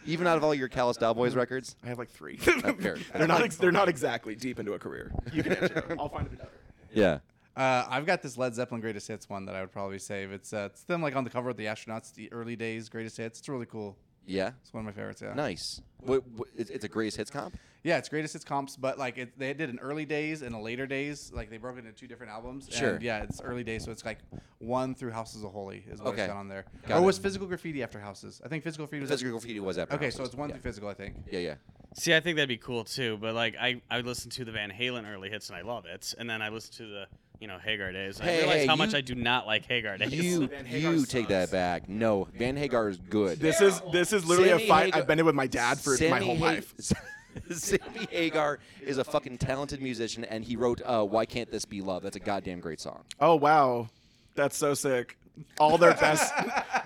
[SPEAKER 8] Even out of all your Callous Cowboys records,
[SPEAKER 7] I have like three.
[SPEAKER 8] fair.
[SPEAKER 7] [LAUGHS] they're not ex- they're not exactly deep into a career. You can answer. I'll find it better.
[SPEAKER 8] yeah.
[SPEAKER 5] Uh, I've got this Led Zeppelin greatest hits one that I would probably save. It's uh, it's them like on the cover of the astronauts, the early days greatest hits. It's really cool.
[SPEAKER 8] Yeah.
[SPEAKER 5] It's one of my favorites. Yeah.
[SPEAKER 8] Nice. What, what, it's, it's a greatest hits comp.
[SPEAKER 5] Yeah, it's greatest hits comps, but like it, they did an early days and a later days. Like they broke it into two different albums.
[SPEAKER 8] Sure.
[SPEAKER 5] And yeah, it's early days, so it's like one through Houses of Holy is what
[SPEAKER 8] Okay.
[SPEAKER 5] it's got on there.
[SPEAKER 8] Got
[SPEAKER 5] or
[SPEAKER 8] it.
[SPEAKER 5] was Physical Graffiti after Houses? I think Physical Graffiti was
[SPEAKER 8] Physical graffiti was after.
[SPEAKER 5] Okay, so
[SPEAKER 8] Houses.
[SPEAKER 5] it's one
[SPEAKER 8] yeah.
[SPEAKER 5] through Physical, I think.
[SPEAKER 8] Yeah, yeah.
[SPEAKER 3] See, I think that'd be cool too, but like I, I would listen to the Van Halen early hits and I love it, and then I listen to the you know Hagar days. And
[SPEAKER 8] Hey,
[SPEAKER 3] I realize
[SPEAKER 8] hey,
[SPEAKER 3] how much
[SPEAKER 8] you-
[SPEAKER 3] I do not like Hagar days.
[SPEAKER 8] You you take that back. No, Van Hagar is good.
[SPEAKER 7] This is this is literally
[SPEAKER 8] Sammy
[SPEAKER 7] a fight
[SPEAKER 8] Hagar-
[SPEAKER 7] I've been in with my dad for my
[SPEAKER 8] Sammy
[SPEAKER 7] whole
[SPEAKER 8] Ha-
[SPEAKER 7] life.
[SPEAKER 8] [LAUGHS] Sammy Hagar is a fucking talented musician, and he wrote uh, "Why Can't This Be Love." That's a goddamn great song.
[SPEAKER 7] Oh wow, that's so sick. All their best,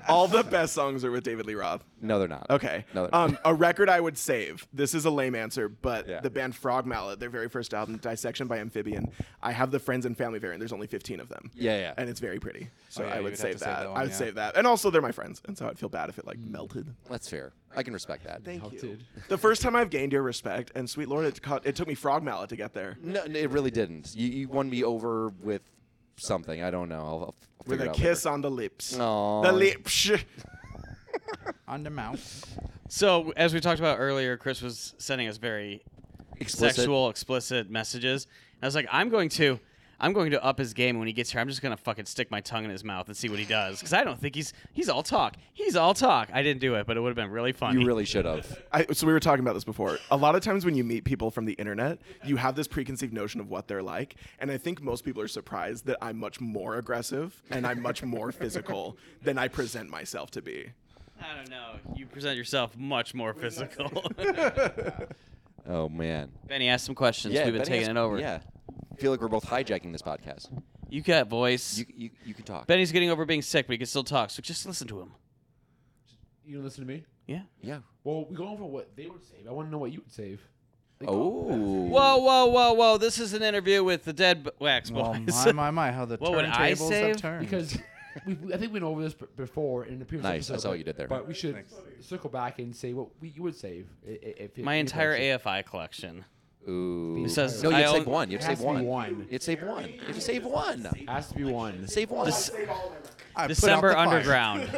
[SPEAKER 7] all the best songs are with David Lee Roth.
[SPEAKER 8] No, they're not.
[SPEAKER 7] Okay.
[SPEAKER 8] No, they're
[SPEAKER 7] um, a record I would save. This is a lame answer, but
[SPEAKER 8] Yeah.
[SPEAKER 7] the band Frog Mallet, their very first album, Dissection by Amphibian. I have the friends and family variant. There's only 15 of them.
[SPEAKER 8] Yeah, yeah.
[SPEAKER 7] And it's very pretty. So
[SPEAKER 5] yeah,
[SPEAKER 7] I
[SPEAKER 5] you
[SPEAKER 7] would
[SPEAKER 5] would have
[SPEAKER 7] save
[SPEAKER 5] to save
[SPEAKER 7] that.
[SPEAKER 5] that one,
[SPEAKER 7] I would
[SPEAKER 5] yeah.
[SPEAKER 7] save that. And also, they're my friends, and so I'd feel bad if it like melted.
[SPEAKER 8] That's fair. I can respect that.
[SPEAKER 7] Thank
[SPEAKER 6] you.
[SPEAKER 7] you.
[SPEAKER 6] Melted.
[SPEAKER 7] the first time I've gained your respect, and sweet lord, it, caught, it took me Frog Mallet to get there.
[SPEAKER 8] No, no, it really didn't. You, you won me over with something. I don't know. I'll, I'll figure
[SPEAKER 7] With
[SPEAKER 8] it
[SPEAKER 7] a
[SPEAKER 8] out
[SPEAKER 7] kiss
[SPEAKER 8] later.
[SPEAKER 7] on the lips.
[SPEAKER 8] Aw.
[SPEAKER 7] The lips.
[SPEAKER 5] On the
[SPEAKER 8] [LAUGHS]
[SPEAKER 5] mouth.
[SPEAKER 3] So as we talked about earlier, Chris was sending us very
[SPEAKER 8] Explicit.
[SPEAKER 3] sexual, explicit messages. And I was like, I'm going to, I'm going to up his game when he gets here. I'm just gonna fucking stick my tongue in his mouth and see what he does, because I don't think he's he's all talk. He's all talk. I didn't do it, but it would have been really funny.
[SPEAKER 8] You really should have.
[SPEAKER 7] I, so we were talking about this before. A lot of times when you meet people from the internet, you have this preconceived notion of what they're like, and I think most people are surprised that I'm much more aggressive and I'm much more physical than I present myself to be.
[SPEAKER 3] I don't know. You present yourself much more physical. [LAUGHS]
[SPEAKER 8] Oh man.
[SPEAKER 3] Benny asked some questions. We've been
[SPEAKER 8] Benny
[SPEAKER 3] taking
[SPEAKER 8] has-
[SPEAKER 3] it over.
[SPEAKER 8] Yeah. I feel like we're both hijacking this podcast.
[SPEAKER 3] You got voice.
[SPEAKER 8] You you, you can talk.
[SPEAKER 3] Benny's getting over being sick, but he can still talk. So just listen to him.
[SPEAKER 6] You don't listen to me?
[SPEAKER 3] Yeah.
[SPEAKER 8] yeah.
[SPEAKER 6] Well, we're going for what they would save. I want to know what you would save.
[SPEAKER 8] Mm.
[SPEAKER 6] Like,
[SPEAKER 8] Oh.
[SPEAKER 3] Whoa, whoa, whoa, whoa! This is an interview with the Dead B- Wax Boys. [LAUGHS]
[SPEAKER 5] Well, my, my, my, how the
[SPEAKER 3] What would I
[SPEAKER 5] turntables
[SPEAKER 3] save?
[SPEAKER 5] have turned.
[SPEAKER 6] Because we, we- I think we went over this b- before in the previous
[SPEAKER 8] Nice, I
[SPEAKER 6] episode,
[SPEAKER 8] saw what
[SPEAKER 6] but-
[SPEAKER 8] you did there.
[SPEAKER 6] But we should circle back and say what we, you would save. i- i- If it-
[SPEAKER 3] My
[SPEAKER 6] if
[SPEAKER 3] entire
[SPEAKER 6] it's-
[SPEAKER 3] AFI collection.
[SPEAKER 8] Ooh.
[SPEAKER 6] It
[SPEAKER 3] says
[SPEAKER 8] no, you
[SPEAKER 3] I
[SPEAKER 8] have to save
[SPEAKER 3] own-
[SPEAKER 8] one. You
[SPEAKER 6] It
[SPEAKER 8] have to
[SPEAKER 6] has
[SPEAKER 8] save
[SPEAKER 6] to be
[SPEAKER 8] one.
[SPEAKER 6] one.
[SPEAKER 8] You'd save one. You have to save one.
[SPEAKER 6] Has to be one.
[SPEAKER 8] Save one.
[SPEAKER 5] I put out
[SPEAKER 3] December
[SPEAKER 5] the fire.
[SPEAKER 3] Underground.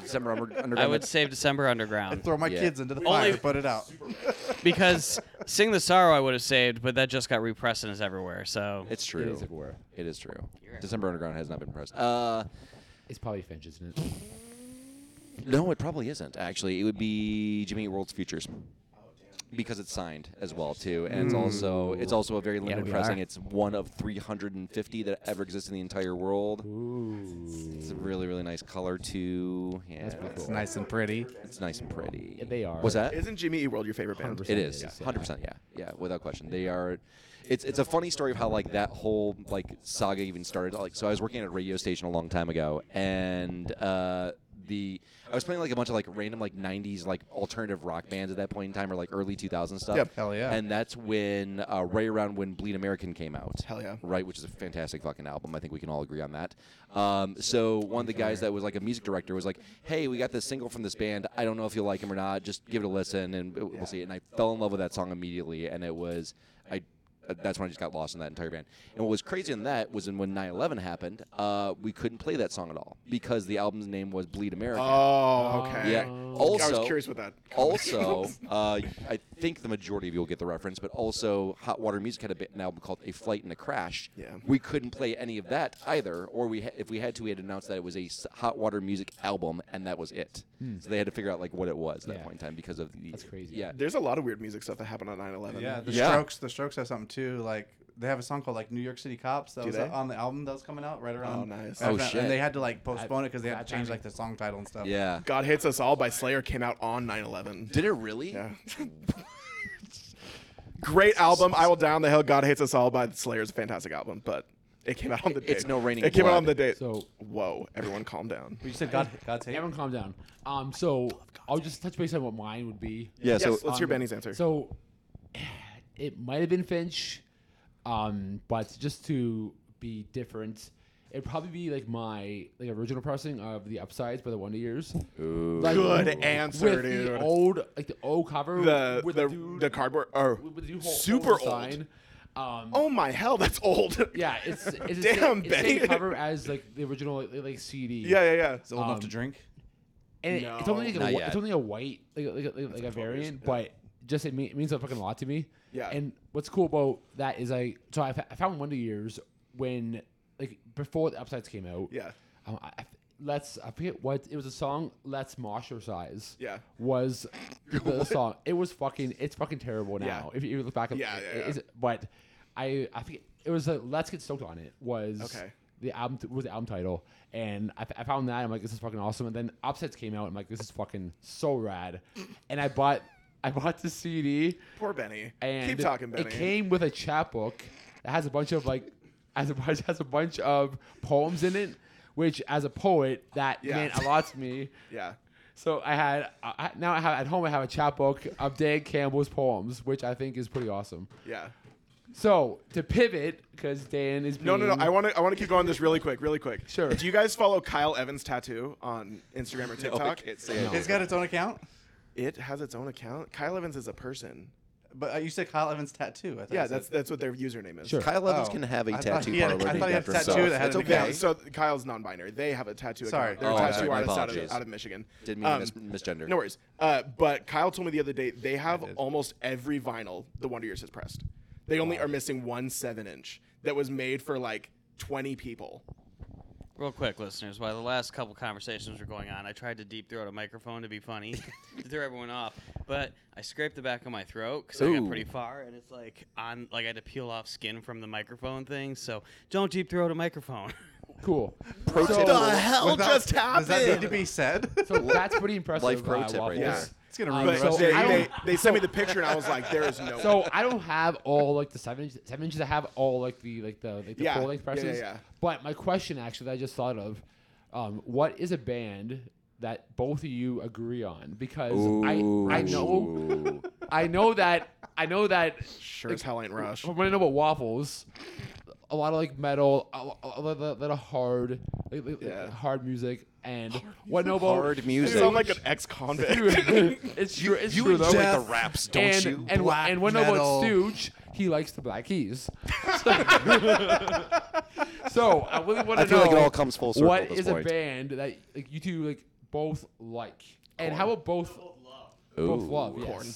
[SPEAKER 8] December Under-
[SPEAKER 3] I
[SPEAKER 8] [LAUGHS] Underground.
[SPEAKER 3] would save December Underground
[SPEAKER 5] Throw my
[SPEAKER 8] Yeah.
[SPEAKER 5] kids into the
[SPEAKER 3] Only-
[SPEAKER 5] fire. Put it out.
[SPEAKER 3] because Sing the Sorrow I would have saved, but that just got repressed and is everywhere. So
[SPEAKER 8] It's true. It is
[SPEAKER 6] everywhere.
[SPEAKER 8] true. December Underground has not been pressed. Uh,
[SPEAKER 6] It's probably Finch, isn't it?
[SPEAKER 8] no, it probably isn't. Actually, it would be Jimmy Eat World's Futures. Because it's signed as well too, and
[SPEAKER 6] Hmm.
[SPEAKER 8] it's also it's also a very limited
[SPEAKER 1] we
[SPEAKER 8] pressing.
[SPEAKER 1] are.
[SPEAKER 8] It's one of 350 that ever exists in the entire world. It's a really really nice color too. Yeah,
[SPEAKER 6] That's pretty
[SPEAKER 8] it's,
[SPEAKER 5] It's
[SPEAKER 6] cool.
[SPEAKER 5] nice and pretty.
[SPEAKER 8] it's nice and pretty.
[SPEAKER 6] Yeah, they are.
[SPEAKER 8] Was that?
[SPEAKER 7] Isn't Jimmy Eat World your favorite band?
[SPEAKER 6] 100%.
[SPEAKER 8] It is,
[SPEAKER 6] Yeah.
[SPEAKER 8] hundred percent. Yeah, yeah, without question. They are. It's it's a funny story of how like that whole like saga even started. Like, so I was working at a radio station a long time ago, and uh, the I was playing like a bunch of like random like '90s like alternative rock bands at that point in time, or like early 2000s stuff.
[SPEAKER 7] Yep.
[SPEAKER 5] Hell yeah.
[SPEAKER 8] And that's when uh, right around when Bleed American came out.
[SPEAKER 7] Hell yeah.
[SPEAKER 8] Right, which is a fantastic fucking album. I think we can all agree on that. Um, so one of the guys that was like a music director was like, "Hey, we got this single from this band. I don't know if you'll like him or not. Just give it a listen, and we'll see." And I fell in love with that song immediately, and it was I. uh, That's when I just got lost in that entire band. And what was crazy in that was in when 9/11 happened, uh, we couldn't play that song at all because the album's name was Bleed American.
[SPEAKER 7] Oh, okay.
[SPEAKER 8] yeah.
[SPEAKER 7] I
[SPEAKER 8] Also,
[SPEAKER 7] was curious with that.
[SPEAKER 8] also, uh, I think the majority of you will get the reference, but also Hot Water Music had a bit, an album called A Flight and a Crash.
[SPEAKER 7] Yeah.
[SPEAKER 8] We couldn't play any of that either, or we ha- if we had to, we had announced that it was a s- Hot Water Music album, and that was it. So they had to figure out like what it was at that
[SPEAKER 6] Hmm. Yeah.
[SPEAKER 8] point in time because of the.
[SPEAKER 6] That's crazy.
[SPEAKER 8] Yeah.
[SPEAKER 7] There's a lot of weird music stuff that happened on 9 11.
[SPEAKER 5] Yeah, the
[SPEAKER 8] Yeah.
[SPEAKER 5] Strokes. The Strokes have something too. Like they have a song called like New York City Cops that
[SPEAKER 7] Do
[SPEAKER 5] was
[SPEAKER 7] they?
[SPEAKER 5] on the album that was coming out right around.
[SPEAKER 7] nice.
[SPEAKER 5] right
[SPEAKER 8] Oh,
[SPEAKER 5] around-
[SPEAKER 8] shit.
[SPEAKER 5] And they had to like postpone it because they had
[SPEAKER 6] Bad
[SPEAKER 5] to change
[SPEAKER 6] timing.
[SPEAKER 5] like the song title and stuff.
[SPEAKER 8] Yeah.
[SPEAKER 7] God Hits Us All by Slayer came out on 9 11.
[SPEAKER 8] Did it really?
[SPEAKER 7] Yeah. Great album. I Will Down the Hill. God Hates Us All by Slayer is a fantastic album, but it came out on the date.
[SPEAKER 8] It's No Raining
[SPEAKER 7] It came out
[SPEAKER 8] Blood.
[SPEAKER 7] on the date.
[SPEAKER 6] So-
[SPEAKER 7] Whoa, everyone calm down.
[SPEAKER 5] But you said
[SPEAKER 6] [LAUGHS]
[SPEAKER 5] God, God's hate.
[SPEAKER 6] Everyone, calm down. Um, so I'll just touch base on what mine would be.
[SPEAKER 8] Yeah.
[SPEAKER 7] yes,
[SPEAKER 8] So
[SPEAKER 7] let's hear
[SPEAKER 6] Um,
[SPEAKER 7] Benny's answer.
[SPEAKER 6] So [SIGHS] it might have been Finch, um, but just to be different, it'd probably be like my like original pressing of the upsides by the Wonder Years. Like,
[SPEAKER 7] Good
[SPEAKER 6] with
[SPEAKER 7] answer, dude.
[SPEAKER 6] The old like the old cover
[SPEAKER 7] the
[SPEAKER 6] with
[SPEAKER 7] the,
[SPEAKER 6] dude,
[SPEAKER 7] the cardboard. Oh,
[SPEAKER 6] with the dude hol-
[SPEAKER 7] super
[SPEAKER 6] holding the
[SPEAKER 7] old.
[SPEAKER 6] Sign. Um,
[SPEAKER 7] Oh my hell, that's old.
[SPEAKER 6] yeah, it's it's the same,
[SPEAKER 7] [LAUGHS] Damn,
[SPEAKER 6] it's the
[SPEAKER 7] Benny.
[SPEAKER 6] same cover as like the original like, like CD.
[SPEAKER 7] yeah, yeah, yeah.
[SPEAKER 5] It's old enough to
[SPEAKER 6] Um,
[SPEAKER 5] drink.
[SPEAKER 6] and it- it's only like
[SPEAKER 8] Not
[SPEAKER 6] a, whi-
[SPEAKER 8] yet.
[SPEAKER 6] it's only a white like like, like, like a variant, but just it, mean, it means a fucking lot to me.
[SPEAKER 7] Yeah.
[SPEAKER 6] And what's cool about that is I so I, fa- I found Wonder Years when like before the Upsides came out.
[SPEAKER 7] Yeah.
[SPEAKER 6] Um, I, I- let's I forget what it was a song. Let's mosh your size.
[SPEAKER 7] Yeah. [LAUGHS]
[SPEAKER 6] Was the song? It was fucking. It's fucking terrible now. If you look back at
[SPEAKER 7] Yeah,
[SPEAKER 6] it,
[SPEAKER 7] yeah, yeah.
[SPEAKER 6] is- but I I think it was a Let's Get Stoked on It was
[SPEAKER 7] Okay.
[SPEAKER 6] the album t- was the album title, and I, f- I found that I'm like this is fucking awesome. And then Upsets came out, I'm like this is fucking so rad, and I bought [LAUGHS] I bought the CD
[SPEAKER 7] Poor Benny.
[SPEAKER 6] and
[SPEAKER 7] Keep talking, Benny.
[SPEAKER 6] it came with a chapbook that has a bunch of like has a bunch [LAUGHS] has a bunch of poems in it, which as a poet that
[SPEAKER 7] Yeah.
[SPEAKER 6] meant a lot to
[SPEAKER 7] [LAUGHS]
[SPEAKER 6] me.
[SPEAKER 7] yeah.
[SPEAKER 6] So I had I, I- now I have at home I have a chapbook of Dan Campbell's poems, which I think is pretty awesome.
[SPEAKER 7] Yeah.
[SPEAKER 6] So to pivot, because Dan is being,
[SPEAKER 7] No, no, no. I want to. I want to keep going this really quick, really quick.
[SPEAKER 6] Sure.
[SPEAKER 7] Do you guys follow Kyle Evans tattoo on Instagram or
[SPEAKER 8] Oh, I
[SPEAKER 7] TikTok?
[SPEAKER 8] can't say it.
[SPEAKER 5] It's got its own account.
[SPEAKER 7] it has its own account. Kyle Evans is a person.
[SPEAKER 5] But uh, you said Kyle Evans tattoo. I thought you
[SPEAKER 7] Yeah,
[SPEAKER 5] said-
[SPEAKER 7] that's [LAUGHS] that's what their username is.
[SPEAKER 6] Sure.
[SPEAKER 8] Kyle Evans
[SPEAKER 5] Oh.
[SPEAKER 8] can have a
[SPEAKER 5] I thought
[SPEAKER 8] tattoo
[SPEAKER 5] he had a-
[SPEAKER 8] parlor
[SPEAKER 5] I
[SPEAKER 8] named
[SPEAKER 5] thought he had a
[SPEAKER 8] after
[SPEAKER 5] tattoo
[SPEAKER 8] himself.
[SPEAKER 5] that had
[SPEAKER 8] That's
[SPEAKER 5] an
[SPEAKER 8] okay.
[SPEAKER 7] Yeah, so Kyle's non-binary. They have a tattoo.
[SPEAKER 5] Sorry.
[SPEAKER 7] account. they're
[SPEAKER 8] Oh,
[SPEAKER 7] tattoo
[SPEAKER 8] sorry, my
[SPEAKER 7] artists out of,
[SPEAKER 8] apologies.
[SPEAKER 7] out of Michigan.
[SPEAKER 8] Didn't mean to
[SPEAKER 7] Um,
[SPEAKER 8] mis- misgender.
[SPEAKER 7] No worries. Uh, but Kyle told me the other day they have almost every vinyl the Wonder Years has pressed. They only are missing one seven-inch that was made for like 20 people.
[SPEAKER 3] Real quick, listeners, while the last couple conversations were going on, I tried to deep throat a microphone to be
[SPEAKER 8] [LAUGHS]
[SPEAKER 3] funny, to throw everyone off, but I scraped the back of my throat because I
[SPEAKER 8] Ooh.
[SPEAKER 3] got pretty far, and it's like on, like I had to peel off skin from the microphone thing. So don't deep throat a
[SPEAKER 8] [LAUGHS]
[SPEAKER 3] microphone.
[SPEAKER 6] cool.
[SPEAKER 8] Pro
[SPEAKER 6] so,
[SPEAKER 8] tip.
[SPEAKER 7] the hell just
[SPEAKER 5] Does that need
[SPEAKER 7] happened?
[SPEAKER 5] to be said? [LAUGHS]
[SPEAKER 8] [LAUGHS]
[SPEAKER 6] so that's pretty impressive.
[SPEAKER 8] Life pro
[SPEAKER 6] uh,
[SPEAKER 8] tip
[SPEAKER 6] Waffles.
[SPEAKER 8] right there.
[SPEAKER 5] It's gonna
[SPEAKER 6] Um,
[SPEAKER 5] ruin
[SPEAKER 7] But
[SPEAKER 5] the rest
[SPEAKER 6] so
[SPEAKER 5] of
[SPEAKER 7] they,
[SPEAKER 5] your
[SPEAKER 6] I
[SPEAKER 7] they,
[SPEAKER 6] don't-
[SPEAKER 7] they sent me the picture and I was like, there is no.
[SPEAKER 6] [LAUGHS] So I don't have all like the seven inches, seven inches. I have all like the like the like the
[SPEAKER 7] Yeah.
[SPEAKER 6] full length
[SPEAKER 7] Yeah, yeah,
[SPEAKER 6] presses.
[SPEAKER 7] yeah.
[SPEAKER 6] But my question actually that I just thought of, um, what is a band that both of you agree on? Because I I know
[SPEAKER 8] Ooh.
[SPEAKER 6] I know that I know that
[SPEAKER 7] [LAUGHS] sure as hell ain't Rush.
[SPEAKER 6] from what I know about waffles, a lot of like metal, a, a, a, lot of- a lot of hard like, like,
[SPEAKER 7] Yeah.
[SPEAKER 6] hard music and what I know about
[SPEAKER 8] Hard
[SPEAKER 7] You
[SPEAKER 8] music.
[SPEAKER 7] sound like [LAUGHS] an ex-convict.
[SPEAKER 6] [LAUGHS] it's true. It's
[SPEAKER 8] you
[SPEAKER 6] true though.
[SPEAKER 8] enjoy
[SPEAKER 6] Like,
[SPEAKER 8] the raps, don't
[SPEAKER 6] and,
[SPEAKER 8] you?
[SPEAKER 6] And,
[SPEAKER 5] Black
[SPEAKER 6] and when I about
[SPEAKER 5] metal.
[SPEAKER 6] Stooge, he likes the Black Keys. So, so I really want to
[SPEAKER 8] I feel
[SPEAKER 6] know.
[SPEAKER 8] like it all comes full circle
[SPEAKER 6] What
[SPEAKER 8] at this
[SPEAKER 6] is
[SPEAKER 8] point.
[SPEAKER 6] a band that like you two like both like, and how about both both love?
[SPEAKER 8] Ooh.
[SPEAKER 6] yes.
[SPEAKER 7] Corn.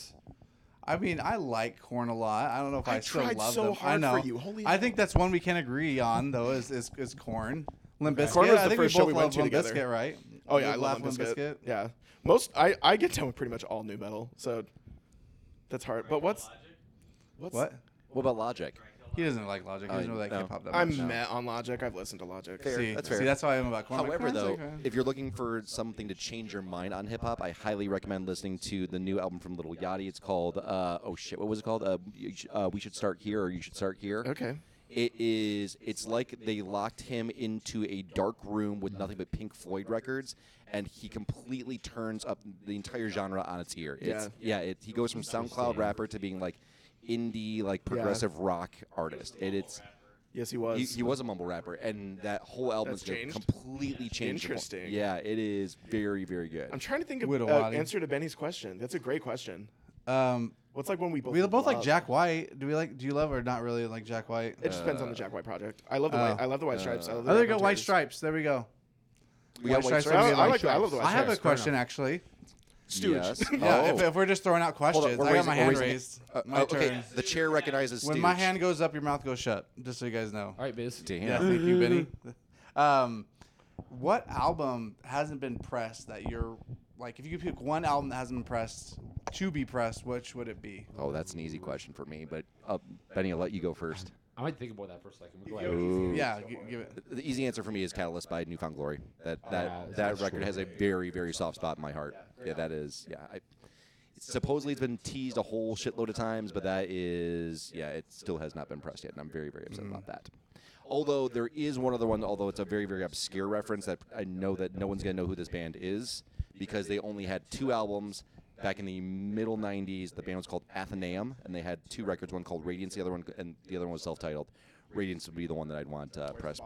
[SPEAKER 5] I mean, I like corn a lot. I don't know if I,
[SPEAKER 7] I
[SPEAKER 5] still
[SPEAKER 7] tried
[SPEAKER 5] love
[SPEAKER 7] so
[SPEAKER 5] them.
[SPEAKER 7] hard
[SPEAKER 5] I
[SPEAKER 7] for
[SPEAKER 5] know.
[SPEAKER 7] you. Holy
[SPEAKER 5] I think
[SPEAKER 7] hell.
[SPEAKER 5] that's one we can agree on though. Is is, is corn. Limp Bizkit.
[SPEAKER 7] Corn was
[SPEAKER 5] I
[SPEAKER 7] the
[SPEAKER 5] think
[SPEAKER 7] first
[SPEAKER 5] we
[SPEAKER 7] show
[SPEAKER 5] both
[SPEAKER 7] we went
[SPEAKER 5] love
[SPEAKER 7] to
[SPEAKER 5] Limp
[SPEAKER 7] together.
[SPEAKER 5] Bizkit, right?
[SPEAKER 7] [LAUGHS] Oh yeah,
[SPEAKER 5] We
[SPEAKER 7] I love
[SPEAKER 5] Limp
[SPEAKER 7] Limp Bizkit. Yeah, most I I get down with pretty much all new metal, so that's hard. But what's what's
[SPEAKER 5] What?
[SPEAKER 8] What about Logic?
[SPEAKER 5] He doesn't like Logic. He doesn't
[SPEAKER 8] Uh,
[SPEAKER 5] really like
[SPEAKER 8] no.
[SPEAKER 5] hip-hop that much.
[SPEAKER 7] I'm
[SPEAKER 5] no.
[SPEAKER 7] met on Logic. I've listened to Logic.
[SPEAKER 8] Fair.
[SPEAKER 5] See,
[SPEAKER 8] That's
[SPEAKER 5] see, that's how I am about corn. I'm like,
[SPEAKER 8] However,
[SPEAKER 5] "Corn's
[SPEAKER 8] though,
[SPEAKER 5] okay."
[SPEAKER 8] if you're looking for something to change your mind on hip hop, I highly recommend listening to the new album from Little Yachty. It's called uh, oh shit, what was it called? Uh, you sh- uh, we should start here, or you should start here.
[SPEAKER 7] Okay.
[SPEAKER 8] It is. It's like they locked him into a dark room with nothing but Pink Floyd records, and he completely turns up the entire genre on its ear. It's, yeah. It, he goes from SoundCloud rapper to being like indie, like progressive rock artist. And it's
[SPEAKER 7] Yes, he was.
[SPEAKER 8] he, he was a mumble rapper, and that whole album
[SPEAKER 7] That's
[SPEAKER 8] is gonna
[SPEAKER 7] changed?
[SPEAKER 8] completely changed. the whole-
[SPEAKER 7] Interesting.
[SPEAKER 8] Yeah, it is very, very good.
[SPEAKER 7] I'm trying to think of
[SPEAKER 5] Widow
[SPEAKER 7] uh,
[SPEAKER 5] Wadi.
[SPEAKER 7] answer to Benny's question. That's a great question.
[SPEAKER 5] um,
[SPEAKER 7] What's like when we both
[SPEAKER 5] we both like
[SPEAKER 7] love?
[SPEAKER 5] Jack White. Do we like? Do you love or not really like Jack White?
[SPEAKER 7] It just depends on the Jack White project. I love the white. I love the White Stripes. I love the
[SPEAKER 5] oh, there
[SPEAKER 7] Jack
[SPEAKER 5] you go. White
[SPEAKER 7] White Stripes.
[SPEAKER 5] Stripes. There we go.
[SPEAKER 8] we got
[SPEAKER 5] White
[SPEAKER 8] White
[SPEAKER 5] Stripes
[SPEAKER 8] Stripes.
[SPEAKER 5] on
[SPEAKER 7] I,
[SPEAKER 5] the
[SPEAKER 7] I
[SPEAKER 5] White
[SPEAKER 7] like. I love the White
[SPEAKER 5] I have a
[SPEAKER 7] Stripes.
[SPEAKER 5] question actually.
[SPEAKER 8] Yes.
[SPEAKER 5] [LAUGHS] Yeah,
[SPEAKER 8] Oh.
[SPEAKER 5] if, if we're just throwing out
[SPEAKER 8] Hold
[SPEAKER 5] questions,
[SPEAKER 8] on, we're
[SPEAKER 5] I got
[SPEAKER 8] raising-
[SPEAKER 5] my
[SPEAKER 8] we're
[SPEAKER 5] hand
[SPEAKER 8] raising-
[SPEAKER 5] raised.
[SPEAKER 8] uh,
[SPEAKER 5] my
[SPEAKER 8] uh, okay,
[SPEAKER 5] turn.
[SPEAKER 8] The chair recognizes
[SPEAKER 5] When
[SPEAKER 8] Stooge.
[SPEAKER 5] my hand goes up, your mouth goes shut. Just so you guys know.
[SPEAKER 6] All right, Biz.
[SPEAKER 5] Yeah,
[SPEAKER 8] Damn.
[SPEAKER 5] thank you, [LAUGHS] Benny. Um, what album hasn't been pressed that you're like? If you could pick one album that hasn't been pressed to be pressed, which would it be?
[SPEAKER 8] [LAUGHS] Oh, that's an easy question for me, but uh, Benny, I'll let you go first.
[SPEAKER 6] I might think about that for a second. Go ahead.
[SPEAKER 8] Ooh.
[SPEAKER 5] Yeah, g- give it.
[SPEAKER 8] The easy answer for me is Catalyst by Newfound Glory. That that
[SPEAKER 6] yeah, that's
[SPEAKER 8] that record has a very very soft spot in my heart. Yeah, that is. Yeah, I, supposedly it's been teased a whole shitload of times, but that is. Yeah, it still has not been pressed yet, and I'm very very upset about that. Although there is one other one, although it's a very very obscure reference that I know that no one's gonna know who this band is because they only had two albums. Back in the middle '90s, the band was called Athenaeum, and they had two records. One called Radiance, the other one, and the other one was self-titled. Radiance would be the one that I'd want uh, pressed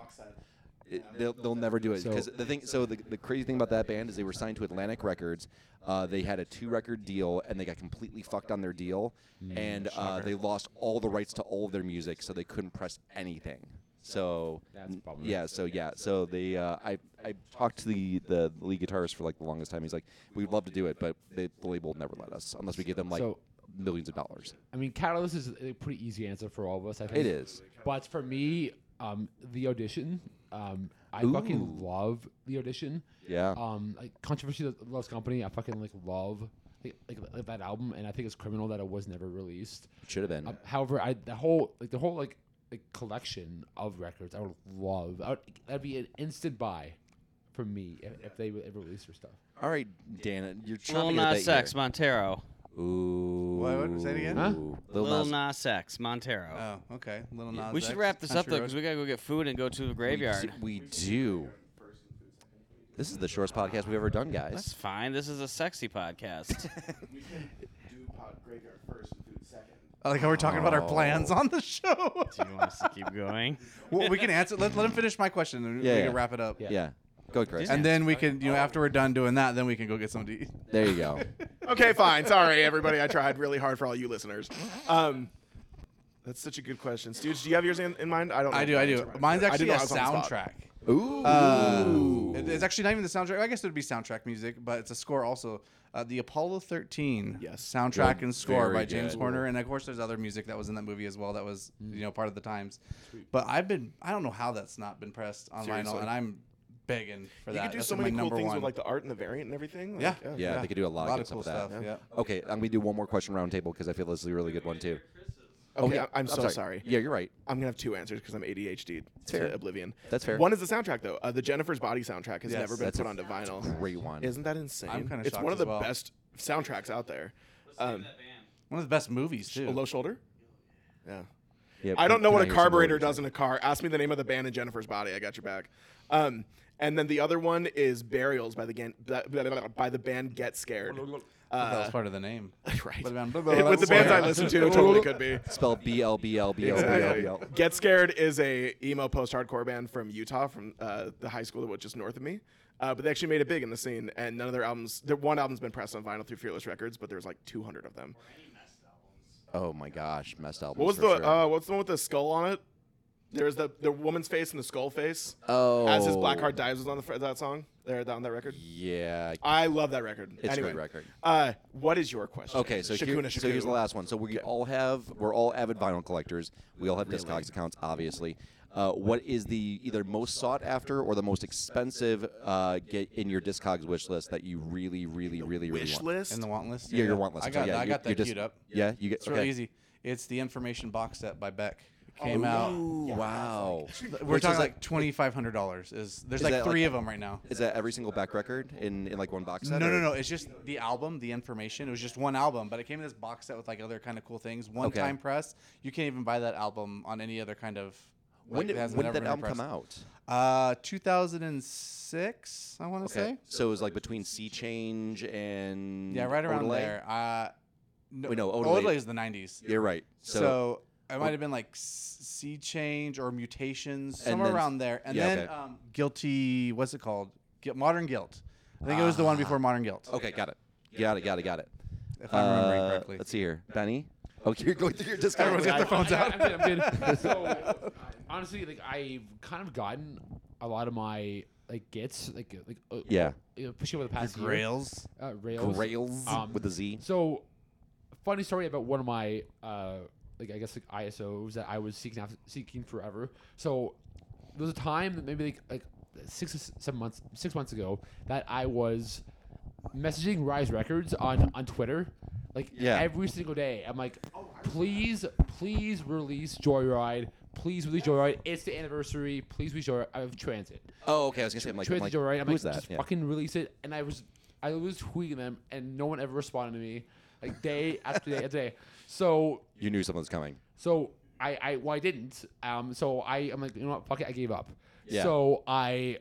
[SPEAKER 8] it, they'll, they'll never do it
[SPEAKER 6] So-
[SPEAKER 8] because the thing. So the, the crazy thing about that band is they were signed to Atlantic Records. Uh, they had a two-record deal and they got completely fucked on their deal,
[SPEAKER 6] Mm,
[SPEAKER 8] and uh, they lost all the rights to all of their music, so they couldn't press anything. So
[SPEAKER 6] That's
[SPEAKER 8] n-
[SPEAKER 6] problematic.
[SPEAKER 8] yeah, so yeah, so they. Uh, I I talked to the, the lead guitarist for like the longest time. He's like, we'd love to do it, but they, the label will never let us unless we give them like
[SPEAKER 6] So-
[SPEAKER 8] millions of dollars.
[SPEAKER 6] I mean, Catalyst is a pretty easy answer for all of us. I think
[SPEAKER 8] It is.
[SPEAKER 6] But for me, um, the audition. Um, I fucking love the audition.
[SPEAKER 8] Yeah.
[SPEAKER 6] Um, like controversy Lo- loves company. I fucking like love like, like, like that album, and I think it's criminal that it was never released.
[SPEAKER 8] Should have been.
[SPEAKER 6] Um, however, I the whole like the whole like, like collection of records I would love. I would, that'd be an instant buy for me if, if they would ever release their stuff.
[SPEAKER 8] All right, Dan, you're trying
[SPEAKER 3] Lil
[SPEAKER 8] to get
[SPEAKER 3] Nas
[SPEAKER 8] that ear.
[SPEAKER 3] X, Montero.
[SPEAKER 8] Ooh.
[SPEAKER 5] What- what- say it again? Huh?
[SPEAKER 8] Lil
[SPEAKER 3] Lil
[SPEAKER 8] Nas- Uh,
[SPEAKER 3] Nas X, Montero.
[SPEAKER 5] Oh, okay. Little Nas
[SPEAKER 3] we should
[SPEAKER 5] X,
[SPEAKER 3] wrap this up
[SPEAKER 5] Country
[SPEAKER 3] though,
[SPEAKER 5] Road.
[SPEAKER 3] because we gotta go get food and go to the
[SPEAKER 8] We
[SPEAKER 3] graveyard.
[SPEAKER 8] do- We do. This is the shortest podcast we've ever done,
[SPEAKER 3] That's
[SPEAKER 8] guys.
[SPEAKER 3] fine. This is a sexy
[SPEAKER 8] [LAUGHS]
[SPEAKER 3] podcast.
[SPEAKER 5] I like how we're talking about our plans on the [LAUGHS] show.
[SPEAKER 3] do you want us to keep going?
[SPEAKER 5] well, we can answer. Let, let him finish my question, and
[SPEAKER 8] Yeah,
[SPEAKER 5] we
[SPEAKER 8] yeah.
[SPEAKER 5] can wrap it up.
[SPEAKER 8] Yeah. Go, Chris.
[SPEAKER 5] And then we can, you know, after we're done doing that, then we can go get something to eat.
[SPEAKER 8] there you go.
[SPEAKER 7] Okay, fine. Sorry, everybody. I tried really hard for all you listeners. Um, that's such a good question, Stooge. Do you have yours in, in mind? I don't. know
[SPEAKER 5] I do, I do.
[SPEAKER 7] Answer mine.
[SPEAKER 5] Mine's
[SPEAKER 7] I
[SPEAKER 5] actually
[SPEAKER 7] didn't know
[SPEAKER 5] a
[SPEAKER 7] I was on the spot.
[SPEAKER 5] soundtrack.
[SPEAKER 8] Ooh.
[SPEAKER 5] Uh, it- it's actually not even the soundtrack. I guess it would be soundtrack music, but it's a score also. Uh, the Apollo 13
[SPEAKER 7] Yes.
[SPEAKER 5] soundtrack
[SPEAKER 8] Good.
[SPEAKER 5] and score
[SPEAKER 8] Very
[SPEAKER 5] by James
[SPEAKER 8] good.
[SPEAKER 5] Horner, and of course there's other music that was in that movie as well. That was
[SPEAKER 7] Mm.
[SPEAKER 5] you know part of the times, but I've been I don't know how that's not been pressed on vinyl,
[SPEAKER 7] Seriously.
[SPEAKER 5] and I'm begging for
[SPEAKER 7] You
[SPEAKER 5] that.
[SPEAKER 7] could do
[SPEAKER 5] That's
[SPEAKER 7] so
[SPEAKER 5] my
[SPEAKER 7] many cool
[SPEAKER 5] number
[SPEAKER 7] things
[SPEAKER 5] one.
[SPEAKER 7] with like the art and the variant and everything. Like,
[SPEAKER 5] yeah,
[SPEAKER 8] yeah, they could do a lot, of good
[SPEAKER 5] cool
[SPEAKER 8] stuff
[SPEAKER 5] stuff.
[SPEAKER 8] with that.
[SPEAKER 5] Yeah.
[SPEAKER 8] Okay, I'm gonna do one more question roundtable because I feel this is a really good one too.
[SPEAKER 7] Okay,
[SPEAKER 8] yeah,
[SPEAKER 7] I- I'm, so sorry.
[SPEAKER 8] Yeah, you're right.
[SPEAKER 7] I'm gonna have two answers because I'm ADHD to
[SPEAKER 8] fair.
[SPEAKER 7] oblivion.
[SPEAKER 8] That's fair.
[SPEAKER 7] One is the soundtrack though. Uh, the Jennifer's Body soundtrack has
[SPEAKER 5] Yes,
[SPEAKER 7] never been
[SPEAKER 8] that's
[SPEAKER 7] put
[SPEAKER 8] a
[SPEAKER 7] onto vinyl.
[SPEAKER 8] Great one.
[SPEAKER 7] Isn't that insane?
[SPEAKER 5] I'm kinda
[SPEAKER 7] it's
[SPEAKER 5] shocked
[SPEAKER 7] one of
[SPEAKER 5] as
[SPEAKER 7] the
[SPEAKER 5] well.
[SPEAKER 7] best soundtracks out there. Um,
[SPEAKER 5] One of the best movies too.
[SPEAKER 7] a low shoulder. Yeah.
[SPEAKER 8] Yeah,
[SPEAKER 7] I don't know
[SPEAKER 8] can
[SPEAKER 7] what a
[SPEAKER 8] hear some
[SPEAKER 7] carburetor
[SPEAKER 8] noise?
[SPEAKER 7] does in a car. Ask me the name of the band in Jennifer's Body. I got your back. Um, and then the other one is Burials by the gan- blah, blah, blah, blah, by the band
[SPEAKER 5] [LAUGHS]
[SPEAKER 7] Get Scared.
[SPEAKER 5] that
[SPEAKER 7] Uh,
[SPEAKER 5] was part of the name.
[SPEAKER 7] [LAUGHS] right.
[SPEAKER 5] Blah, blah, blah, blah,
[SPEAKER 7] With the
[SPEAKER 5] blah,
[SPEAKER 7] bands I
[SPEAKER 5] blah.
[SPEAKER 7] listen to, it totally could be.
[SPEAKER 8] Spell B L B L B L B L B L.
[SPEAKER 7] Get Scared is a emo post-hardcore band from Utah, from uh, the high school that was just north of me. Uh, but they actually made it big in the scene, and none of their albums. Their one album's been pressed on vinyl through Fearless Records, but there's like 200 of them.
[SPEAKER 8] Oh my gosh, messed up.
[SPEAKER 7] What was the uh, What's the one with the skull on it? There was the the woman's face and the skull face.
[SPEAKER 8] Oh.
[SPEAKER 7] As his black heart dies was on the fr- that song. There on that record.
[SPEAKER 8] Yeah.
[SPEAKER 7] I love that record.
[SPEAKER 8] a
[SPEAKER 7] anyway,
[SPEAKER 8] great record.
[SPEAKER 7] Uh, what is your question?
[SPEAKER 8] Okay, so, here-
[SPEAKER 7] Shakuna,
[SPEAKER 8] so here's the
[SPEAKER 7] Shaku.
[SPEAKER 8] last one. So we all have we're all avid vinyl collectors. We all have Discogs accounts, obviously. Uh, what is the either most sought after or the most expensive uh, get in your Discogs wish list that you really, really, really, really
[SPEAKER 7] wish
[SPEAKER 8] want?
[SPEAKER 7] list.
[SPEAKER 5] In the want list?
[SPEAKER 8] Yeah, your want list.
[SPEAKER 5] I got,
[SPEAKER 8] yeah,
[SPEAKER 5] I
[SPEAKER 8] your-
[SPEAKER 5] got
[SPEAKER 8] your
[SPEAKER 5] that
[SPEAKER 8] dis-
[SPEAKER 5] queued up.
[SPEAKER 8] Yeah, you get
[SPEAKER 5] It's
[SPEAKER 8] okay.
[SPEAKER 5] really easy. It's the information box set by Beck. It
[SPEAKER 7] Oh.
[SPEAKER 5] came out.
[SPEAKER 8] Wow.
[SPEAKER 5] We're
[SPEAKER 8] Which is
[SPEAKER 5] talking
[SPEAKER 8] like-
[SPEAKER 5] like twenty five hundred dollars. Is there's
[SPEAKER 8] Is
[SPEAKER 5] like
[SPEAKER 8] that, like-
[SPEAKER 5] three of them right now?
[SPEAKER 8] Is that every single back record in, in like one box
[SPEAKER 5] No,
[SPEAKER 8] set?
[SPEAKER 5] no,
[SPEAKER 8] or-
[SPEAKER 5] no. It's just the album, the information. It was just one album, but it came in this box set with like other kind of cool things. One
[SPEAKER 8] Okay.
[SPEAKER 5] time press. You can't even buy that album on any other kind of.
[SPEAKER 8] When
[SPEAKER 5] like,
[SPEAKER 8] did,
[SPEAKER 5] it hasn't
[SPEAKER 8] when did
[SPEAKER 5] ever
[SPEAKER 8] that
[SPEAKER 5] been
[SPEAKER 8] album come
[SPEAKER 5] pressed. Uh,
[SPEAKER 8] out?
[SPEAKER 5] 2006, I want to say.
[SPEAKER 8] So it was like between Sea Change and
[SPEAKER 5] Yeah, right around
[SPEAKER 8] Odelay?
[SPEAKER 5] there. Uh, no,
[SPEAKER 8] Wait, no, Odelay-
[SPEAKER 5] Odelay, is the 90s.
[SPEAKER 8] You're right.
[SPEAKER 5] So, it
[SPEAKER 8] oh.
[SPEAKER 5] might have been like S- Sea Change or Mutations, somewhere
[SPEAKER 8] then-
[SPEAKER 5] around there. And
[SPEAKER 8] yeah,
[SPEAKER 5] then
[SPEAKER 8] okay.
[SPEAKER 5] um, Guilty, what's it called? Gu- Modern Guilt. I think it was the one before Modern Guilt.
[SPEAKER 8] Ah. Okay, got it. Got it, got it, got it.
[SPEAKER 5] If I'm remembering
[SPEAKER 8] Uh,
[SPEAKER 5] correctly.
[SPEAKER 8] Let's see here. Benny? Oh, [LAUGHS] you're going through your Discord.
[SPEAKER 5] Everyone's got their [LAUGHS] phones out.
[SPEAKER 6] I, am good. [LAUGHS] I'm good. So, honestly, like I've kind of gotten a lot of my like gets, like like uh,
[SPEAKER 8] Yeah.
[SPEAKER 6] uh, pushing over the past year.
[SPEAKER 5] Grails.
[SPEAKER 6] uh, rails,
[SPEAKER 8] Grails
[SPEAKER 6] Um,
[SPEAKER 8] with a Z.
[SPEAKER 6] So, funny story about one of my uh, like I guess like ISOs that I was seeking after, seeking forever. So there was a time that maybe like, like six or s- seven months six months ago that I was messaging Rise Records on on Twitter. Like
[SPEAKER 8] Yeah.
[SPEAKER 6] every single day, I'm like, please, please release Joyride. Please release Joyride. It's the anniversary. Please release Joyride of Transit.
[SPEAKER 8] Oh, okay. I was gonna say, I'm like, I'm
[SPEAKER 6] Transit
[SPEAKER 8] like,
[SPEAKER 6] Joe, right? I'm
[SPEAKER 8] who's
[SPEAKER 6] like,
[SPEAKER 8] that?
[SPEAKER 6] just
[SPEAKER 8] Yeah.
[SPEAKER 6] fucking release it. And I was, I was tweeting them, and no one ever responded to me, like day after day after day. So,
[SPEAKER 8] You knew someone was coming.
[SPEAKER 6] so I, I, well, I didn't. Um, so I, I'm like, you know what? Fuck it, I gave up.
[SPEAKER 8] Yeah.
[SPEAKER 6] So I,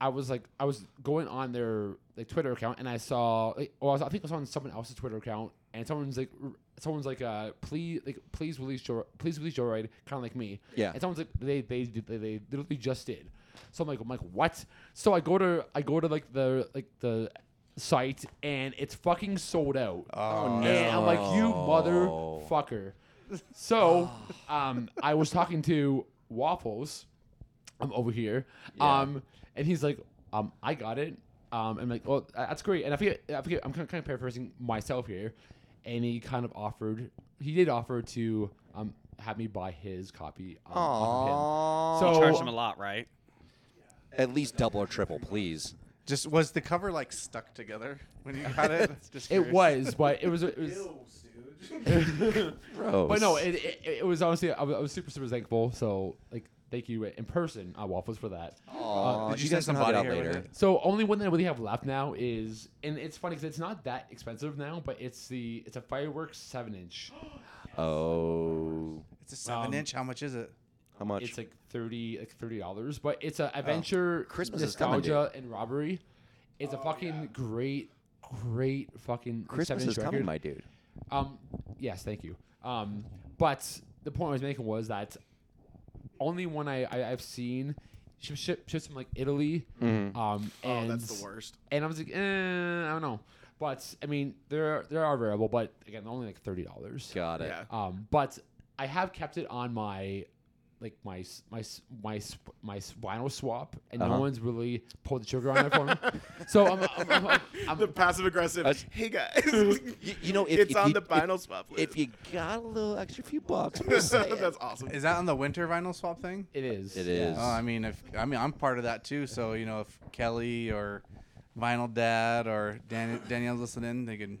[SPEAKER 6] I was like, I was going on their like Twitter account, and I saw, like, well, I, was, I think I was on someone else's Twitter account, and someone's like, r- someone's like, uh, please, like, please release Joe, please release Joyride, kind of like me.
[SPEAKER 8] Yeah.
[SPEAKER 6] And someone's like, they, they, did- they, they literally just did. So I'm like, I'm like, what? So I go to, I go to like the, like the site, and it's fucking sold out.
[SPEAKER 5] Oh,
[SPEAKER 6] And I'm like, you motherfucker. So, um, I was talking to Waffles. I'm over here. Um, and he's like, um, I got it. Um, I'm like, well, tha- that's great. And I forget, I forget, I'm kind of, kind of paraphrasing myself here. And he kind of offered, he did offer to um, have me buy his copy um, off of him. So,
[SPEAKER 3] Charge them a lot, right?
[SPEAKER 8] At least double or triple, please.
[SPEAKER 5] Just was the cover like stuck together when you got
[SPEAKER 8] [LAUGHS]
[SPEAKER 5] it? Just
[SPEAKER 6] it
[SPEAKER 5] curious.
[SPEAKER 6] was, but it was, it was
[SPEAKER 8] Gross.
[SPEAKER 6] But no, it, it, it was honestly, I was, I was super, super thankful. So, like, thank you in person, uh, Waffles, for that. Uh,
[SPEAKER 8] Aw,
[SPEAKER 5] Did you
[SPEAKER 8] guys
[SPEAKER 5] send
[SPEAKER 8] can help it
[SPEAKER 5] somebody
[SPEAKER 8] out
[SPEAKER 5] here with
[SPEAKER 8] later.
[SPEAKER 5] it?
[SPEAKER 6] So, only one that I really have left now is, and it's funny because it's not that expensive now, but it's the, it's a fireworks seven inch.
[SPEAKER 8] Oh,
[SPEAKER 5] It's a seven
[SPEAKER 6] Um,
[SPEAKER 5] inch. How much is it?
[SPEAKER 8] how much? Oh,
[SPEAKER 6] It's like thirty, like thirty dollars, but it's a adventure,
[SPEAKER 8] Christmas is coming, Oh,
[SPEAKER 6] nostalgia, and robbery. It's a fucking great, great fucking
[SPEAKER 8] Christmas
[SPEAKER 6] seven-inch
[SPEAKER 8] is coming,
[SPEAKER 6] record.
[SPEAKER 8] my dude.
[SPEAKER 6] Um, yes, thank you. Um, but the point I was making was that only one I, I I've seen shipped ship, ships from like Italy.
[SPEAKER 8] Mm-hmm.
[SPEAKER 6] Um,
[SPEAKER 7] Oh,
[SPEAKER 6] and
[SPEAKER 7] that's the worst.
[SPEAKER 6] And I was like, eh, I don't know. But I mean, there there are variable, but again, only like thirty dollars.
[SPEAKER 8] Got it.
[SPEAKER 7] Yeah.
[SPEAKER 6] Um, but I have kept it on my like my s- my s- my s- my s- vinyl swap, and
[SPEAKER 8] Uh-huh.
[SPEAKER 6] no one's really pulled the trigger on it for me.
[SPEAKER 8] [LAUGHS]
[SPEAKER 6] so I'm, I'm, I'm, I'm, I'm-
[SPEAKER 7] the passive aggressive.
[SPEAKER 8] That's-
[SPEAKER 7] hey guys,
[SPEAKER 8] [LAUGHS] [LAUGHS] You, you know, if,
[SPEAKER 7] it's
[SPEAKER 8] if
[SPEAKER 7] on
[SPEAKER 8] you,
[SPEAKER 7] the vinyl swap
[SPEAKER 8] If, if
[SPEAKER 7] list.
[SPEAKER 8] you got a little extra few bucks, I'm just saying.
[SPEAKER 7] [LAUGHS] that's awesome.
[SPEAKER 5] Is that on the winter vinyl swap thing?
[SPEAKER 6] it is.
[SPEAKER 8] It
[SPEAKER 6] yeah.
[SPEAKER 8] is.
[SPEAKER 5] Oh, I mean, if I mean, I'm part of that too. So you know, if Kelly or Vinyl Dad or Dan- Danielle's listening, they can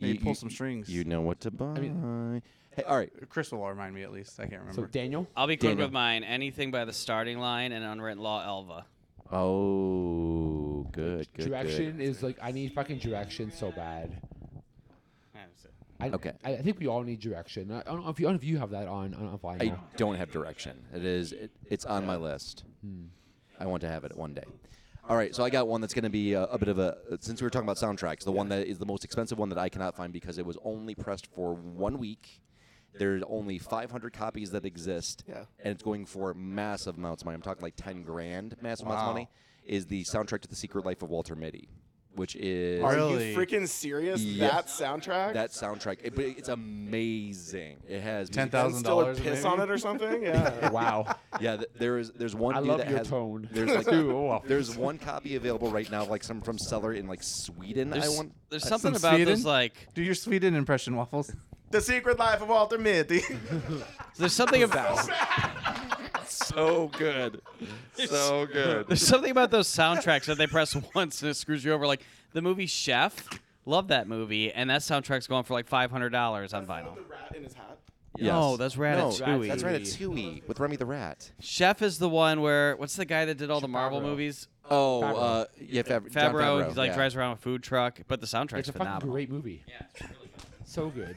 [SPEAKER 5] maybe pull some strings.
[SPEAKER 8] You know what to buy. hey, all right.
[SPEAKER 5] Chris will remind me at least. I can't remember.
[SPEAKER 6] So Daniel,
[SPEAKER 3] I'll be quick
[SPEAKER 8] Daniel.
[SPEAKER 3] with mine. Anything by the starting line and unwritten law, Elva.
[SPEAKER 8] Oh, good, good,
[SPEAKER 6] direction is like I need fucking direction so bad. I,
[SPEAKER 8] Okay.
[SPEAKER 6] I, I think we all need direction. I don't know if you, I don't know if you have that on on, on
[SPEAKER 8] good.
[SPEAKER 6] vinyl.
[SPEAKER 8] I don't have direction. It is. It, it's on my list. I want to have it one day. All right, so I got one that's going to be a, a bit of a. Since we were talking about soundtracks, the one that is the most expensive one that I cannot find because it was only pressed for one week. There's only 500 copies that exist,
[SPEAKER 7] Yeah.
[SPEAKER 8] and it's going for massive amounts of money. I'm talking like 10 grand, massive amounts of money. Is the soundtrack to the Secret Life of Walter Mitty? which is
[SPEAKER 7] Are
[SPEAKER 5] Really?
[SPEAKER 7] you freaking serious?
[SPEAKER 8] Yeah.
[SPEAKER 7] That soundtrack?
[SPEAKER 8] that soundtrack. It- but it's amazing. It has music-
[SPEAKER 7] and still a
[SPEAKER 5] $10,000
[SPEAKER 7] piss
[SPEAKER 5] maybe?
[SPEAKER 7] on it or
[SPEAKER 8] [LAUGHS]
[SPEAKER 7] something? Yeah.
[SPEAKER 6] Wow.
[SPEAKER 8] Yeah, th- there is. There's one.
[SPEAKER 6] I
[SPEAKER 8] dude
[SPEAKER 6] love
[SPEAKER 8] that
[SPEAKER 6] your
[SPEAKER 8] has,
[SPEAKER 6] tone. [LAUGHS]
[SPEAKER 8] There's like
[SPEAKER 6] Dude, wow.
[SPEAKER 8] there's one copy available right now, like some from seller in like Sweden.
[SPEAKER 3] There's,
[SPEAKER 8] I want.
[SPEAKER 3] there's
[SPEAKER 5] That's
[SPEAKER 3] something
[SPEAKER 5] some
[SPEAKER 3] about
[SPEAKER 5] Sweden?
[SPEAKER 3] those like
[SPEAKER 5] Do your Sweden impression, Waffles.
[SPEAKER 7] the Secret Life of Walter
[SPEAKER 8] [LAUGHS]
[SPEAKER 7] Mitty.
[SPEAKER 3] there's something about
[SPEAKER 8] So [LAUGHS] good, so good.
[SPEAKER 3] there's something about those soundtracks that they press [LAUGHS] once and it screws you over. Like the movie Chef, love that movie, and that soundtrack's going for like five hundred dollars on vinyl.
[SPEAKER 7] rat in his hat.
[SPEAKER 3] No, that's Ratatouille.
[SPEAKER 8] that's Ratatouille with Remy the Rat.
[SPEAKER 3] Chef is the one where what's the guy that did all the Marvel
[SPEAKER 6] Favreau.
[SPEAKER 3] movies?
[SPEAKER 8] Oh, uh, yeah, Fab- John
[SPEAKER 3] Favreau,
[SPEAKER 8] Favreau.
[SPEAKER 3] he's like
[SPEAKER 8] yeah.
[SPEAKER 3] drives around with a food truck, but the soundtrack's
[SPEAKER 6] It's a fucking
[SPEAKER 3] phenomenal.
[SPEAKER 6] great movie. Yeah, it's really good. So
[SPEAKER 8] [LAUGHS]
[SPEAKER 6] good.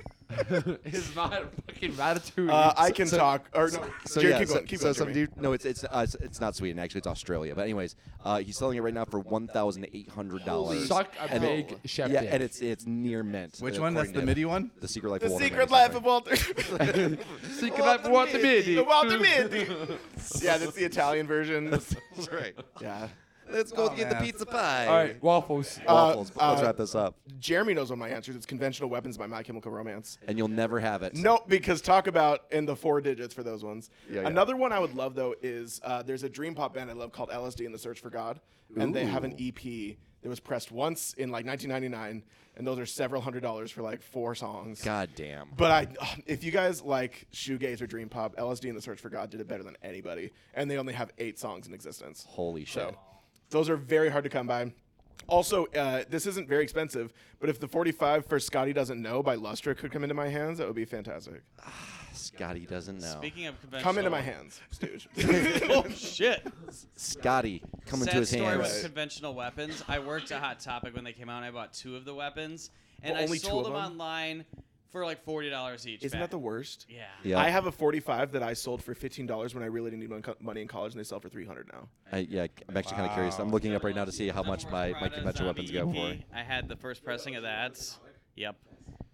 [SPEAKER 6] it's not fucking Ratatouille.
[SPEAKER 7] Uh, I can
[SPEAKER 8] so-
[SPEAKER 7] talk. Or no,
[SPEAKER 8] So
[SPEAKER 7] Jared,
[SPEAKER 8] yeah,
[SPEAKER 7] keep
[SPEAKER 8] so,
[SPEAKER 7] going. keep
[SPEAKER 8] so
[SPEAKER 7] going,
[SPEAKER 8] some
[SPEAKER 7] Jeremy.
[SPEAKER 8] dude. No, it's it's uh, it's- it's not Sweden. Actually, it's Australia. But anyways, uh, he's selling it right now for one thousand eight hundred dollars.
[SPEAKER 6] Suck a big chef
[SPEAKER 8] Yeah,
[SPEAKER 6] dick.
[SPEAKER 8] and it's it's near mint.
[SPEAKER 5] Which
[SPEAKER 8] uh,
[SPEAKER 5] one? That's
[SPEAKER 8] according
[SPEAKER 5] the
[SPEAKER 8] to-
[SPEAKER 5] MIDI one?
[SPEAKER 8] The Secret Life.
[SPEAKER 7] The
[SPEAKER 8] of Walter
[SPEAKER 7] Secret
[SPEAKER 8] Mitty,
[SPEAKER 7] Life
[SPEAKER 8] sorry.
[SPEAKER 7] of
[SPEAKER 8] [LAUGHS]
[SPEAKER 7] Walter.
[SPEAKER 6] Secret Life of Walter Mitty.
[SPEAKER 7] The Walter Mitty.
[SPEAKER 8] [LAUGHS]
[SPEAKER 7] yeah, that's the Italian version.
[SPEAKER 8] That's right.
[SPEAKER 7] Yeah.
[SPEAKER 8] Let's go
[SPEAKER 7] Oh,
[SPEAKER 5] man.
[SPEAKER 8] get the pizza pie.
[SPEAKER 6] All right, waffles.
[SPEAKER 8] Waffles.
[SPEAKER 7] Uh,
[SPEAKER 8] let's
[SPEAKER 7] uh,
[SPEAKER 8] wrap this up.
[SPEAKER 7] Jeremy knows what my answer is. It's Conventional Weapons by My Chemical Romance.
[SPEAKER 8] And you'll never have it.
[SPEAKER 7] No, because talk about in the four digits for those ones.
[SPEAKER 8] Yeah, yeah.
[SPEAKER 7] Another one I would love though is uh, there's a dream pop band I love called LSD and the Search for God, and they have an EP that was pressed once in like 1999, and those are several hundred dollars for like four songs.
[SPEAKER 8] God damn.
[SPEAKER 7] But I, [SIGHS] if you guys like shoegaze or dream pop, LSD and the Search for God did it better than anybody, and they only have eight songs in existence.
[SPEAKER 8] Holy shit.
[SPEAKER 7] So those are very hard to come by. Also, uh, this isn't very expensive, but if the 45 for Scotty Doesn't Know by Lustra could come into my hands, that would be fantastic.
[SPEAKER 8] Scotty doesn't know.
[SPEAKER 3] Speaking of conventional,
[SPEAKER 7] Come into my [LAUGHS] hands, Stooge.
[SPEAKER 3] oh shit! [LAUGHS]
[SPEAKER 8] Scotty coming
[SPEAKER 3] Sad
[SPEAKER 8] to his
[SPEAKER 3] story
[SPEAKER 8] hands.
[SPEAKER 3] with conventional weapons. I worked at Hot Topic when they came out. and I bought two of the weapons, and
[SPEAKER 7] Well, only
[SPEAKER 3] I
[SPEAKER 7] two
[SPEAKER 3] sold
[SPEAKER 7] of
[SPEAKER 3] them,
[SPEAKER 7] them?
[SPEAKER 3] online for like forty dollars each.
[SPEAKER 7] Isn't
[SPEAKER 3] back.
[SPEAKER 7] that the worst?
[SPEAKER 3] yeah?
[SPEAKER 8] Yeah.
[SPEAKER 7] I have a 45 that I sold for $15 when I really didn't need mon- money in college, and they sell for 300 now.
[SPEAKER 8] I, yeah, I'm actually kind of curious. I'm looking up right now to see how
[SPEAKER 3] Devil
[SPEAKER 8] much
[SPEAKER 3] Wears
[SPEAKER 8] my, my
[SPEAKER 3] Prada
[SPEAKER 8] conventional weapons
[SPEAKER 3] zombie
[SPEAKER 8] go for.
[SPEAKER 3] EP. I had the first pressing of that. Yep,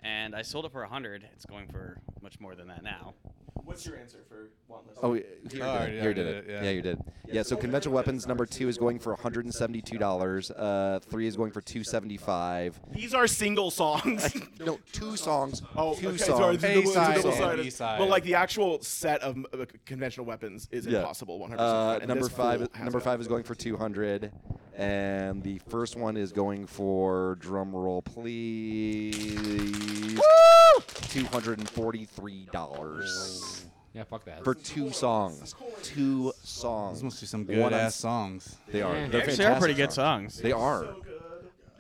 [SPEAKER 3] and I sold it for a hundred. It's going for much more than that now.
[SPEAKER 7] What's your answer for wantless?
[SPEAKER 8] Oh, you did
[SPEAKER 5] already-
[SPEAKER 8] it. You did it. Yeah, you did. Yeah, so conventional weapons number two is going for $172. Uh, three is going for 275
[SPEAKER 7] These are single
[SPEAKER 8] [LAUGHS]
[SPEAKER 7] songs.
[SPEAKER 8] No, two songs.
[SPEAKER 7] Oh,
[SPEAKER 8] two
[SPEAKER 7] okay,
[SPEAKER 8] songs.
[SPEAKER 7] sorry, the
[SPEAKER 5] A
[SPEAKER 7] double-
[SPEAKER 5] side
[SPEAKER 7] double
[SPEAKER 5] and
[SPEAKER 7] sided.
[SPEAKER 5] B side.
[SPEAKER 7] But like the actual set of uh, conventional weapons is
[SPEAKER 8] Yeah.
[SPEAKER 7] impossible. 100.
[SPEAKER 8] Uh, number five. Number five is going for two hundred, and the first one is going for drum roll, please. Two hundred and forty-three dollars
[SPEAKER 6] yeah, fuck that.
[SPEAKER 8] for two songs. Two songs.
[SPEAKER 5] Those must be some
[SPEAKER 8] One
[SPEAKER 5] good
[SPEAKER 8] on
[SPEAKER 5] ass
[SPEAKER 8] s-
[SPEAKER 5] songs.
[SPEAKER 8] They
[SPEAKER 6] Yeah.
[SPEAKER 8] are. They're
[SPEAKER 3] Actually, they're
[SPEAKER 8] fantastic
[SPEAKER 3] pretty good songs.
[SPEAKER 8] They are.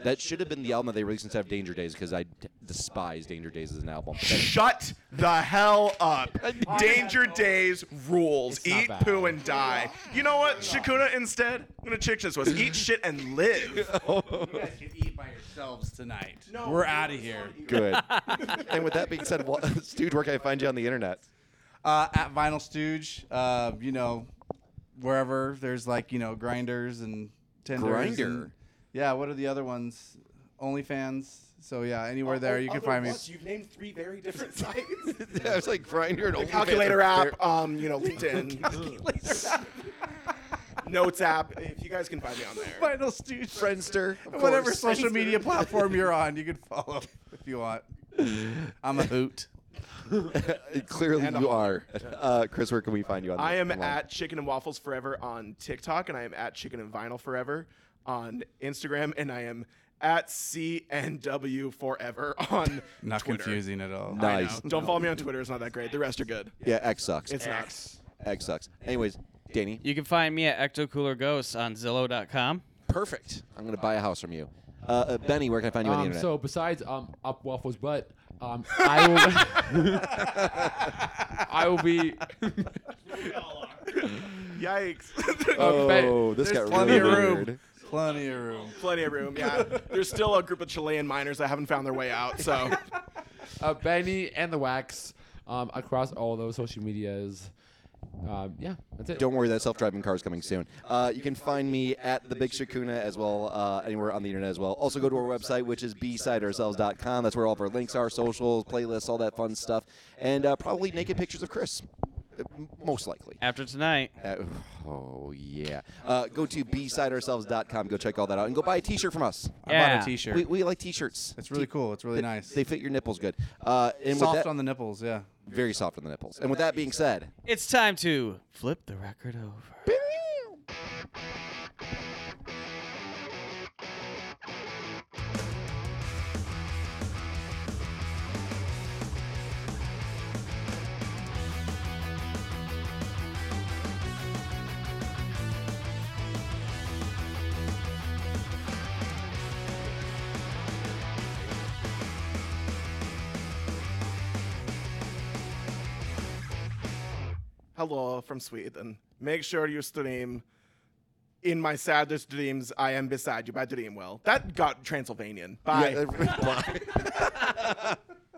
[SPEAKER 8] That should have been the album that they released instead of Danger Days because I d- despise Danger Days as an [LAUGHS] album.
[SPEAKER 7] Shut the hell
[SPEAKER 8] [LAUGHS]
[SPEAKER 7] up. Danger Days rules.
[SPEAKER 6] not
[SPEAKER 7] Eat,
[SPEAKER 6] bad.
[SPEAKER 7] poo, and die. You know what? Shakuna instead? I'm going to chick this was. Eat shit and live.
[SPEAKER 5] You guys can eat by yourselves tonight. We're out of [LAUGHS] here.
[SPEAKER 8] Good. [LAUGHS] and with that being said, [LAUGHS] well, dude, where can I find you on the internet?
[SPEAKER 5] Uh, at Vinyl Stooge, uh, you know, wherever there's like you know grinders and tenders. and-
[SPEAKER 8] Grindr?
[SPEAKER 5] yeah. What are the other ones? OnlyFans. So yeah, anywhere there you can find me.
[SPEAKER 7] You've named three very
[SPEAKER 8] [LAUGHS]
[SPEAKER 7] different sites.
[SPEAKER 8] I was like, Grindr and OnlyFans.
[SPEAKER 7] Calculator
[SPEAKER 8] They're-
[SPEAKER 7] app, um, you know,
[SPEAKER 8] [LAUGHS]
[SPEAKER 7] LinkedIn. Notes app. If you guys can find me on there.
[SPEAKER 5] Vinyl Stooge.
[SPEAKER 8] Friendster,
[SPEAKER 5] Whatever social media platform you're on, you can follow if you want. I'm a hoot.
[SPEAKER 8] [LAUGHS] Clearly,
[SPEAKER 7] And a
[SPEAKER 8] you
[SPEAKER 7] hot-
[SPEAKER 8] are. Uh, Chris, where can we find you on?
[SPEAKER 7] I
[SPEAKER 8] the-
[SPEAKER 7] am
[SPEAKER 8] online?
[SPEAKER 7] at Chicken and Waffles Forever on TikTok, and I am at Chicken and Vinyl Forever on Instagram, and I am at CNW Forever [LAUGHS] on
[SPEAKER 5] Not
[SPEAKER 7] Twitter.
[SPEAKER 5] confusing at all.
[SPEAKER 8] No. Nice.
[SPEAKER 7] Don't follow me on Twitter; it's not that great. The rest are good.
[SPEAKER 8] Yeah, X sucks.
[SPEAKER 7] It's not.
[SPEAKER 8] X sucks. Anyways, Danny,
[SPEAKER 3] You can find me at Ecto Cooler Ghosts on Zillow.com.
[SPEAKER 8] perfect. I'm gonna buy a house from you. Uh, uh, Benny, where can I find you on the
[SPEAKER 6] Um,
[SPEAKER 8] internet?
[SPEAKER 6] so besides um, up waffles butt,
[SPEAKER 8] [LAUGHS]
[SPEAKER 6] um, I will. [LAUGHS] I will be. uh,
[SPEAKER 7] Yikes! [LAUGHS]
[SPEAKER 8] oh, this
[SPEAKER 5] There's
[SPEAKER 8] got
[SPEAKER 5] plenty
[SPEAKER 8] really
[SPEAKER 5] of room.
[SPEAKER 8] weird.
[SPEAKER 5] Plenty of room.
[SPEAKER 7] Plenty of room. Yeah, there's still a group of Chilean miners that haven't found their way out. So
[SPEAKER 8] [LAUGHS]
[SPEAKER 6] uh, Benny and the Wax um, across all those social medias. Um, yeah, that's it.
[SPEAKER 8] Don't worry, that self-driving car is coming soon. Uh, you can find me at the Big Shakuna as well, uh, anywhere on the internet as well. Also, go to our website, which is bsideourselves.com. That's where all of our links are, socials, playlists, all that fun stuff, and uh, probably naked pictures of Chris. m- most likely.
[SPEAKER 3] After tonight,
[SPEAKER 8] Uh, oh yeah. Uh, go to bsideourselves.com. Go check all that out and go buy a T-shirt from us.
[SPEAKER 5] I
[SPEAKER 3] yeah.
[SPEAKER 5] bought a T-shirt.
[SPEAKER 8] We, we like T-shirts.
[SPEAKER 5] it's really cool. It's really
[SPEAKER 8] They-
[SPEAKER 5] nice.
[SPEAKER 8] They fit your nipples good. Uh, and
[SPEAKER 5] Soft
[SPEAKER 8] with that,
[SPEAKER 5] on the nipples. Yeah.
[SPEAKER 8] very soft on the nipples. And with that being said,
[SPEAKER 3] It's time to flip the record over.
[SPEAKER 7] Hello from Sweden. Make sure you stream. In my saddest dreams, I
[SPEAKER 8] [LAUGHS]
[SPEAKER 7] am beside you by Dreamwell. That got Transylvanian. Bye.
[SPEAKER 8] Yeah, bye.